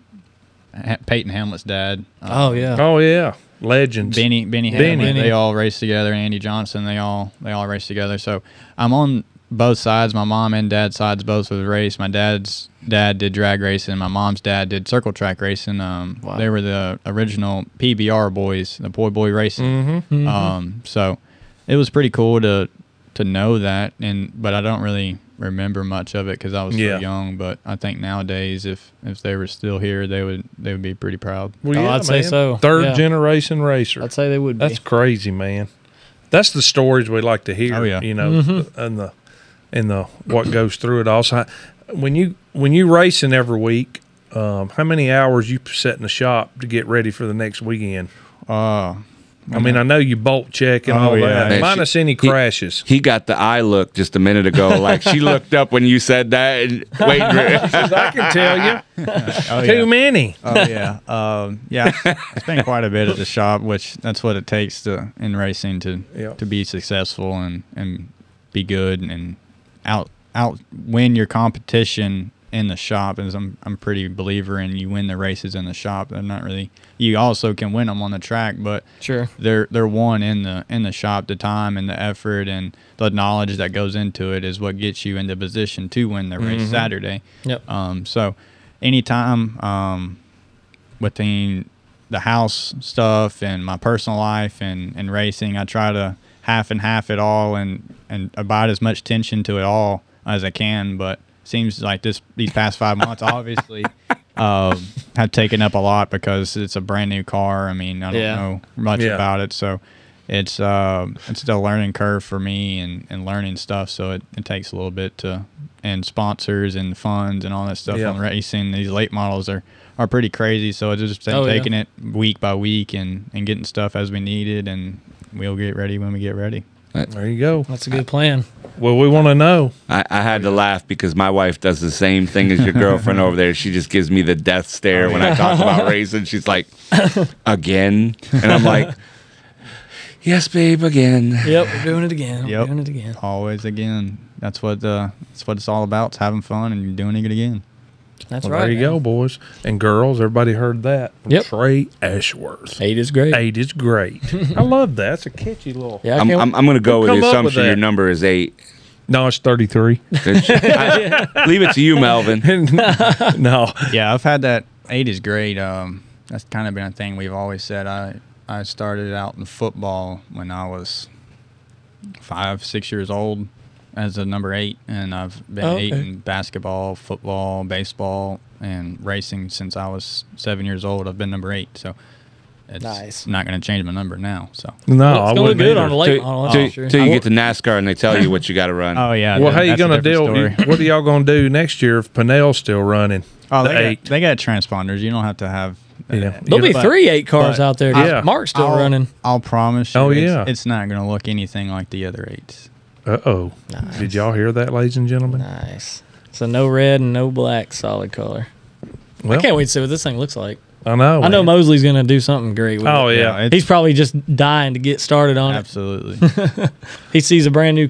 H: ha- Peyton Hamlet's dad. Uh,
E: oh, yeah.
A: oh yeah, legends.
H: Benny, Benny,
A: Benny.
H: Hamlin,
E: Benny.
H: they all race together. Andy Johnson, they all they all race together. So I'm on both sides. My mom and dad's sides both was race. My dad's dad did drag racing. My mom's dad did circle track racing. Um, they were the original PBR boys, the boy boy racing.
A: Mm-hmm.
H: Um, so it was pretty cool to to know that, and but I don't really remember much of it because I was
A: Yeah.
H: so young. But I think nowadays, if if they were still here, they would they would be pretty proud.
A: Well,
E: Oh, I'd say so.
A: Third
E: Yeah.
A: generation racer.
E: I'd say they would be.
A: That's crazy, man. That's the stories we like to hear.
H: Oh, yeah.
A: you know,
E: Mm-hmm.
A: and the and the what goes through it. Also, when you when you racing every week, um, how many hours you set in the shop to get ready for the next weekend?
H: Uh,
A: I mean, I know you bolt check and
H: Oh,
A: all
H: yeah.
A: that,
B: Hey,
A: minus
B: she-
A: any
B: he-
H: [LAUGHS]
A: crashes.
B: He got the eye look just a minute [LAUGHS] ago. Like she looked up when you said that. [LAUGHS] And, wait,
A: I can tell you,
H: oh,
A: too
H: yeah.
A: many.
H: Oh yeah, um, yeah. It's been quite a bit at the shop, which that's what it takes to in racing to
A: Yep.
H: to be successful and and be good and out out win your competition in the shop. As I'm I'm pretty believer in you win the races in the shop. They're not really. You also can win them on the track, but
E: Sure.
H: they're they're one in the in the shop. The time and the effort and the knowledge that goes into it is what gets you into position to win the race Saturday.
E: Yep.
H: Um, so anytime um, within the house stuff and my personal life and, and racing, I try to half and half it all and, and abide as much tension to it all as I can. But seems like this these past five months obviously um, have taken up a lot because it's a brand new car. I mean, I don't
E: Yeah.
H: know much
A: Yeah.
H: about it. So it's um it's still a learning curve for me and, and learning stuff. So it, it takes a little bit to and sponsors and funds and all that stuff
A: Yeah.
H: on racing. These late models are, are pretty crazy. So it's just been
E: Oh, yeah.
H: taking it week by week and, and getting stuff as we need it. And we'll get ready when we get ready.
A: There you go.
H: Uh,
E: That's a good plan.
A: Well, we want to know.
B: I, I had to laugh because my wife does the same thing as your girlfriend over there. She just gives me the death stare when I talk about racing. She's [LAUGHS] like, again, and I'm [LAUGHS] like, yes, babe, again.
E: Yep. We're doing it again. We're
H: Yep.
E: doing it again.
H: Always again. That's what uh, that's what it's all about. It's having fun and doing it again.
E: That's
A: Well,
E: right.
A: there you go, boys and girls. Everybody heard that. From
E: Yep.
A: Trey Ashworth.
E: Eight is great.
A: Eight is great. I love that. It's a catchy little.
E: Yeah, I
B: I'm,
E: can't-
B: I'm, I'm going to go with
A: Come
B: the
A: up with
B: assumption your
A: that.
B: number is [LAUGHS] eight.
A: No, it's thirty [LAUGHS] three.
B: I- leave it to you, Melvin.
A: no,
H: Yeah, I've had that. Eight is great. Um, that's kind of been a thing we've always said. I I started out in football when I was five, six years old as a number eight, and I've been
E: Oh,
H: eight
E: okay.
H: in basketball, football, baseball, and racing since I was seven years old. I've been number eight, so it's
E: Nice.
H: not going to change my number now. So.
A: no,
E: it's
A: I
E: gonna look
A: wouldn't.
E: good
A: either.
E: on a late model. that's for
B: Till,
E: sure.
B: till you get to NASCAR and they tell you what you got to [LAUGHS] run.
H: Oh yeah.
A: well, how you
H: that's a
A: gonna deal?
H: different story.
A: What are y'all gonna do next year if Pinnell's still running?
H: Oh,
A: the
H: they
A: eight.
H: got, they got transponders. You don't have to have.
A: Yeah.
E: There'll Uh, be
H: But-
E: three eight cars
H: but
E: out there. 'cause
A: Yeah.
E: Mark's still
H: I'll-
E: running.
H: I'll promise you.
A: Oh,
H: it's-
A: yeah.
H: It's, not going to look anything like the other eights.
A: Uh oh. Did y'all hear that, ladies and gentlemen?
E: Nice. So no red and no black, solid color.
A: Well,
E: I can't wait to see what this thing looks like.
A: I know.
E: I know
A: man.
E: Mosley's gonna do something great. With
A: Oh
E: it.
A: yeah.
H: it's-
E: He's probably just dying to get started on it.
H: Absolutely.
E: [LAUGHS] He sees a brand new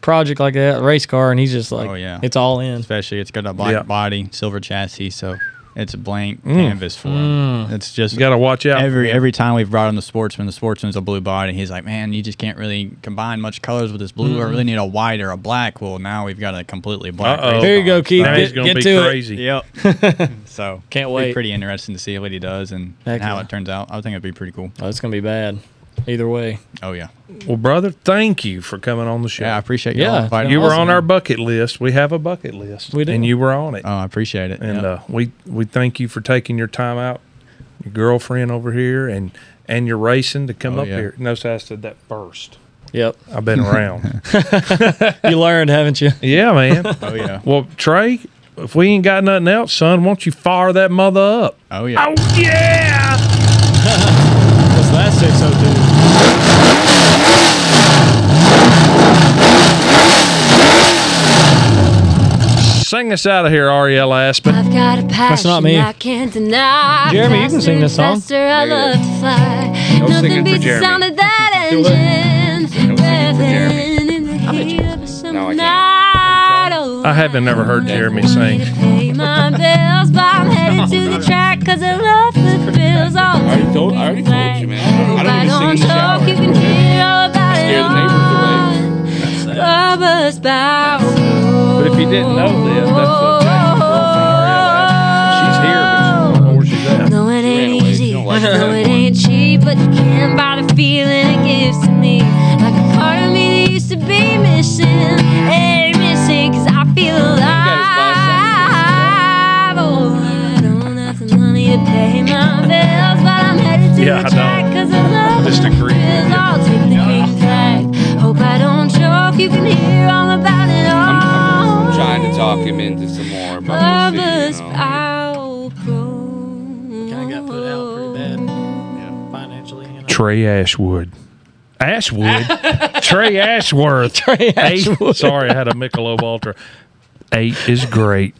E: project like that, a race car, and he's just like,
H: Oh, yeah.
E: it's all in.
H: Especially it's got a black
A: Yeah. Mm.
H: body, silver chassis, so it's a blank canvas for
E: Mm.
H: him. It's just
A: you got to watch out.
H: every every time we've brought on the sportsman, the sportsman's a blue body. He's like, man, you just can't really combine much colors with this blue.
E: Mm-hmm.
H: I really need a white or a black. Well, now we've got a completely black.
A: Uh-oh.
H: race
E: There you go,
H: car.
E: Keith.
A: Now he's
E: Get,
A: gonna
E: get
A: be
E: to it.
A: crazy.
H: Yep.
E: [LAUGHS]
H: so
E: Can't
H: it'll
E: wait.
H: Be pretty interesting to see what he does and,
E: Heck
H: and how
E: yeah.
H: it turns out. I think it'd be pretty cool.
E: Oh, it's gonna be bad. Either way,
H: Oh yeah.
A: Well, brother, thank you for coming on the show.
H: Yeah, I appreciate you.
E: Yeah,
H: all
E: it's been
H: inviting
A: you
H: me.
A: were on our bucket list. We have a bucket list.
E: We do.
A: And you were on it.
H: Oh, I appreciate it.
A: and
H: yeah.
A: uh, we we thank you for taking your time out, your girlfriend over here, and and your racing to come
H: Oh,
A: up
H: yeah.
A: here. Notice I said that first.
E: yep.
A: I've [LAUGHS] been around.
E: You learned, haven't [LAUGHS] you?
A: yeah, man.
H: oh
A: [LAUGHS]
H: yeah.
A: Well, Trey, if we ain't got nothing else, son, won't you fire that mother up?
H: Oh yeah.
E: What's that six oh
A: Sing us out of here, Ariel Aspen.
D: I've got a passion
E: not me.
D: I can't deny.
E: Jeremy, you can sing this song.
D: Faster, I love to fly.
B: Go sing it for
D: Nothing beats the
B: Jeremy.
D: sound of
B: [LAUGHS]
D: that engine. Revving in the heat of a
B: No, I
D: summer
B: can't.
D: night. Oh,
A: I haven't never heard Jeremy sing.
D: I pay my bills, but I'm headed to
B: [LAUGHS]
D: the track 'cause I love the thrills. All
B: I already told- I already told you, man. I
D: If
B: don't even sing in the
D: talk,
B: shower.
D: you can hear all about
B: Scare
D: it
B: the neighbors away.
D: on Bubba's Bow.
A: But if you didn't know this, that's a Jackson
D: Oh,
A: girl from Ariel Aspen. She's here, but she don't know where she's at.
D: No, it ain't easy. no, it ain't cheap, but you can't buy the feeling it gives to me. Like a part of me that used to be missing. Ain't missing, cause I feel alive. Oh, I don't have the money to pay my bills, but I'm headed to
A: Yeah, I
D: the track,
A: don't.
D: cause I love
A: Just
D: the
A: agree with
D: thrills.
A: you.
D: I'll take the green flag. Hope I don't choke, you can hear all about it all.
B: I'm trying to talk him into some more, but we'll
D: Lover's
B: see, you know.
D: Bow
E: Kind of got put out pretty bad. Financially, you know.
A: Trey Ashwood. [LAUGHS] Ashwood? Trey Ashworth. Trey Ashwood. sorry, I had a Michelob Ultra. Oh, Eight is great.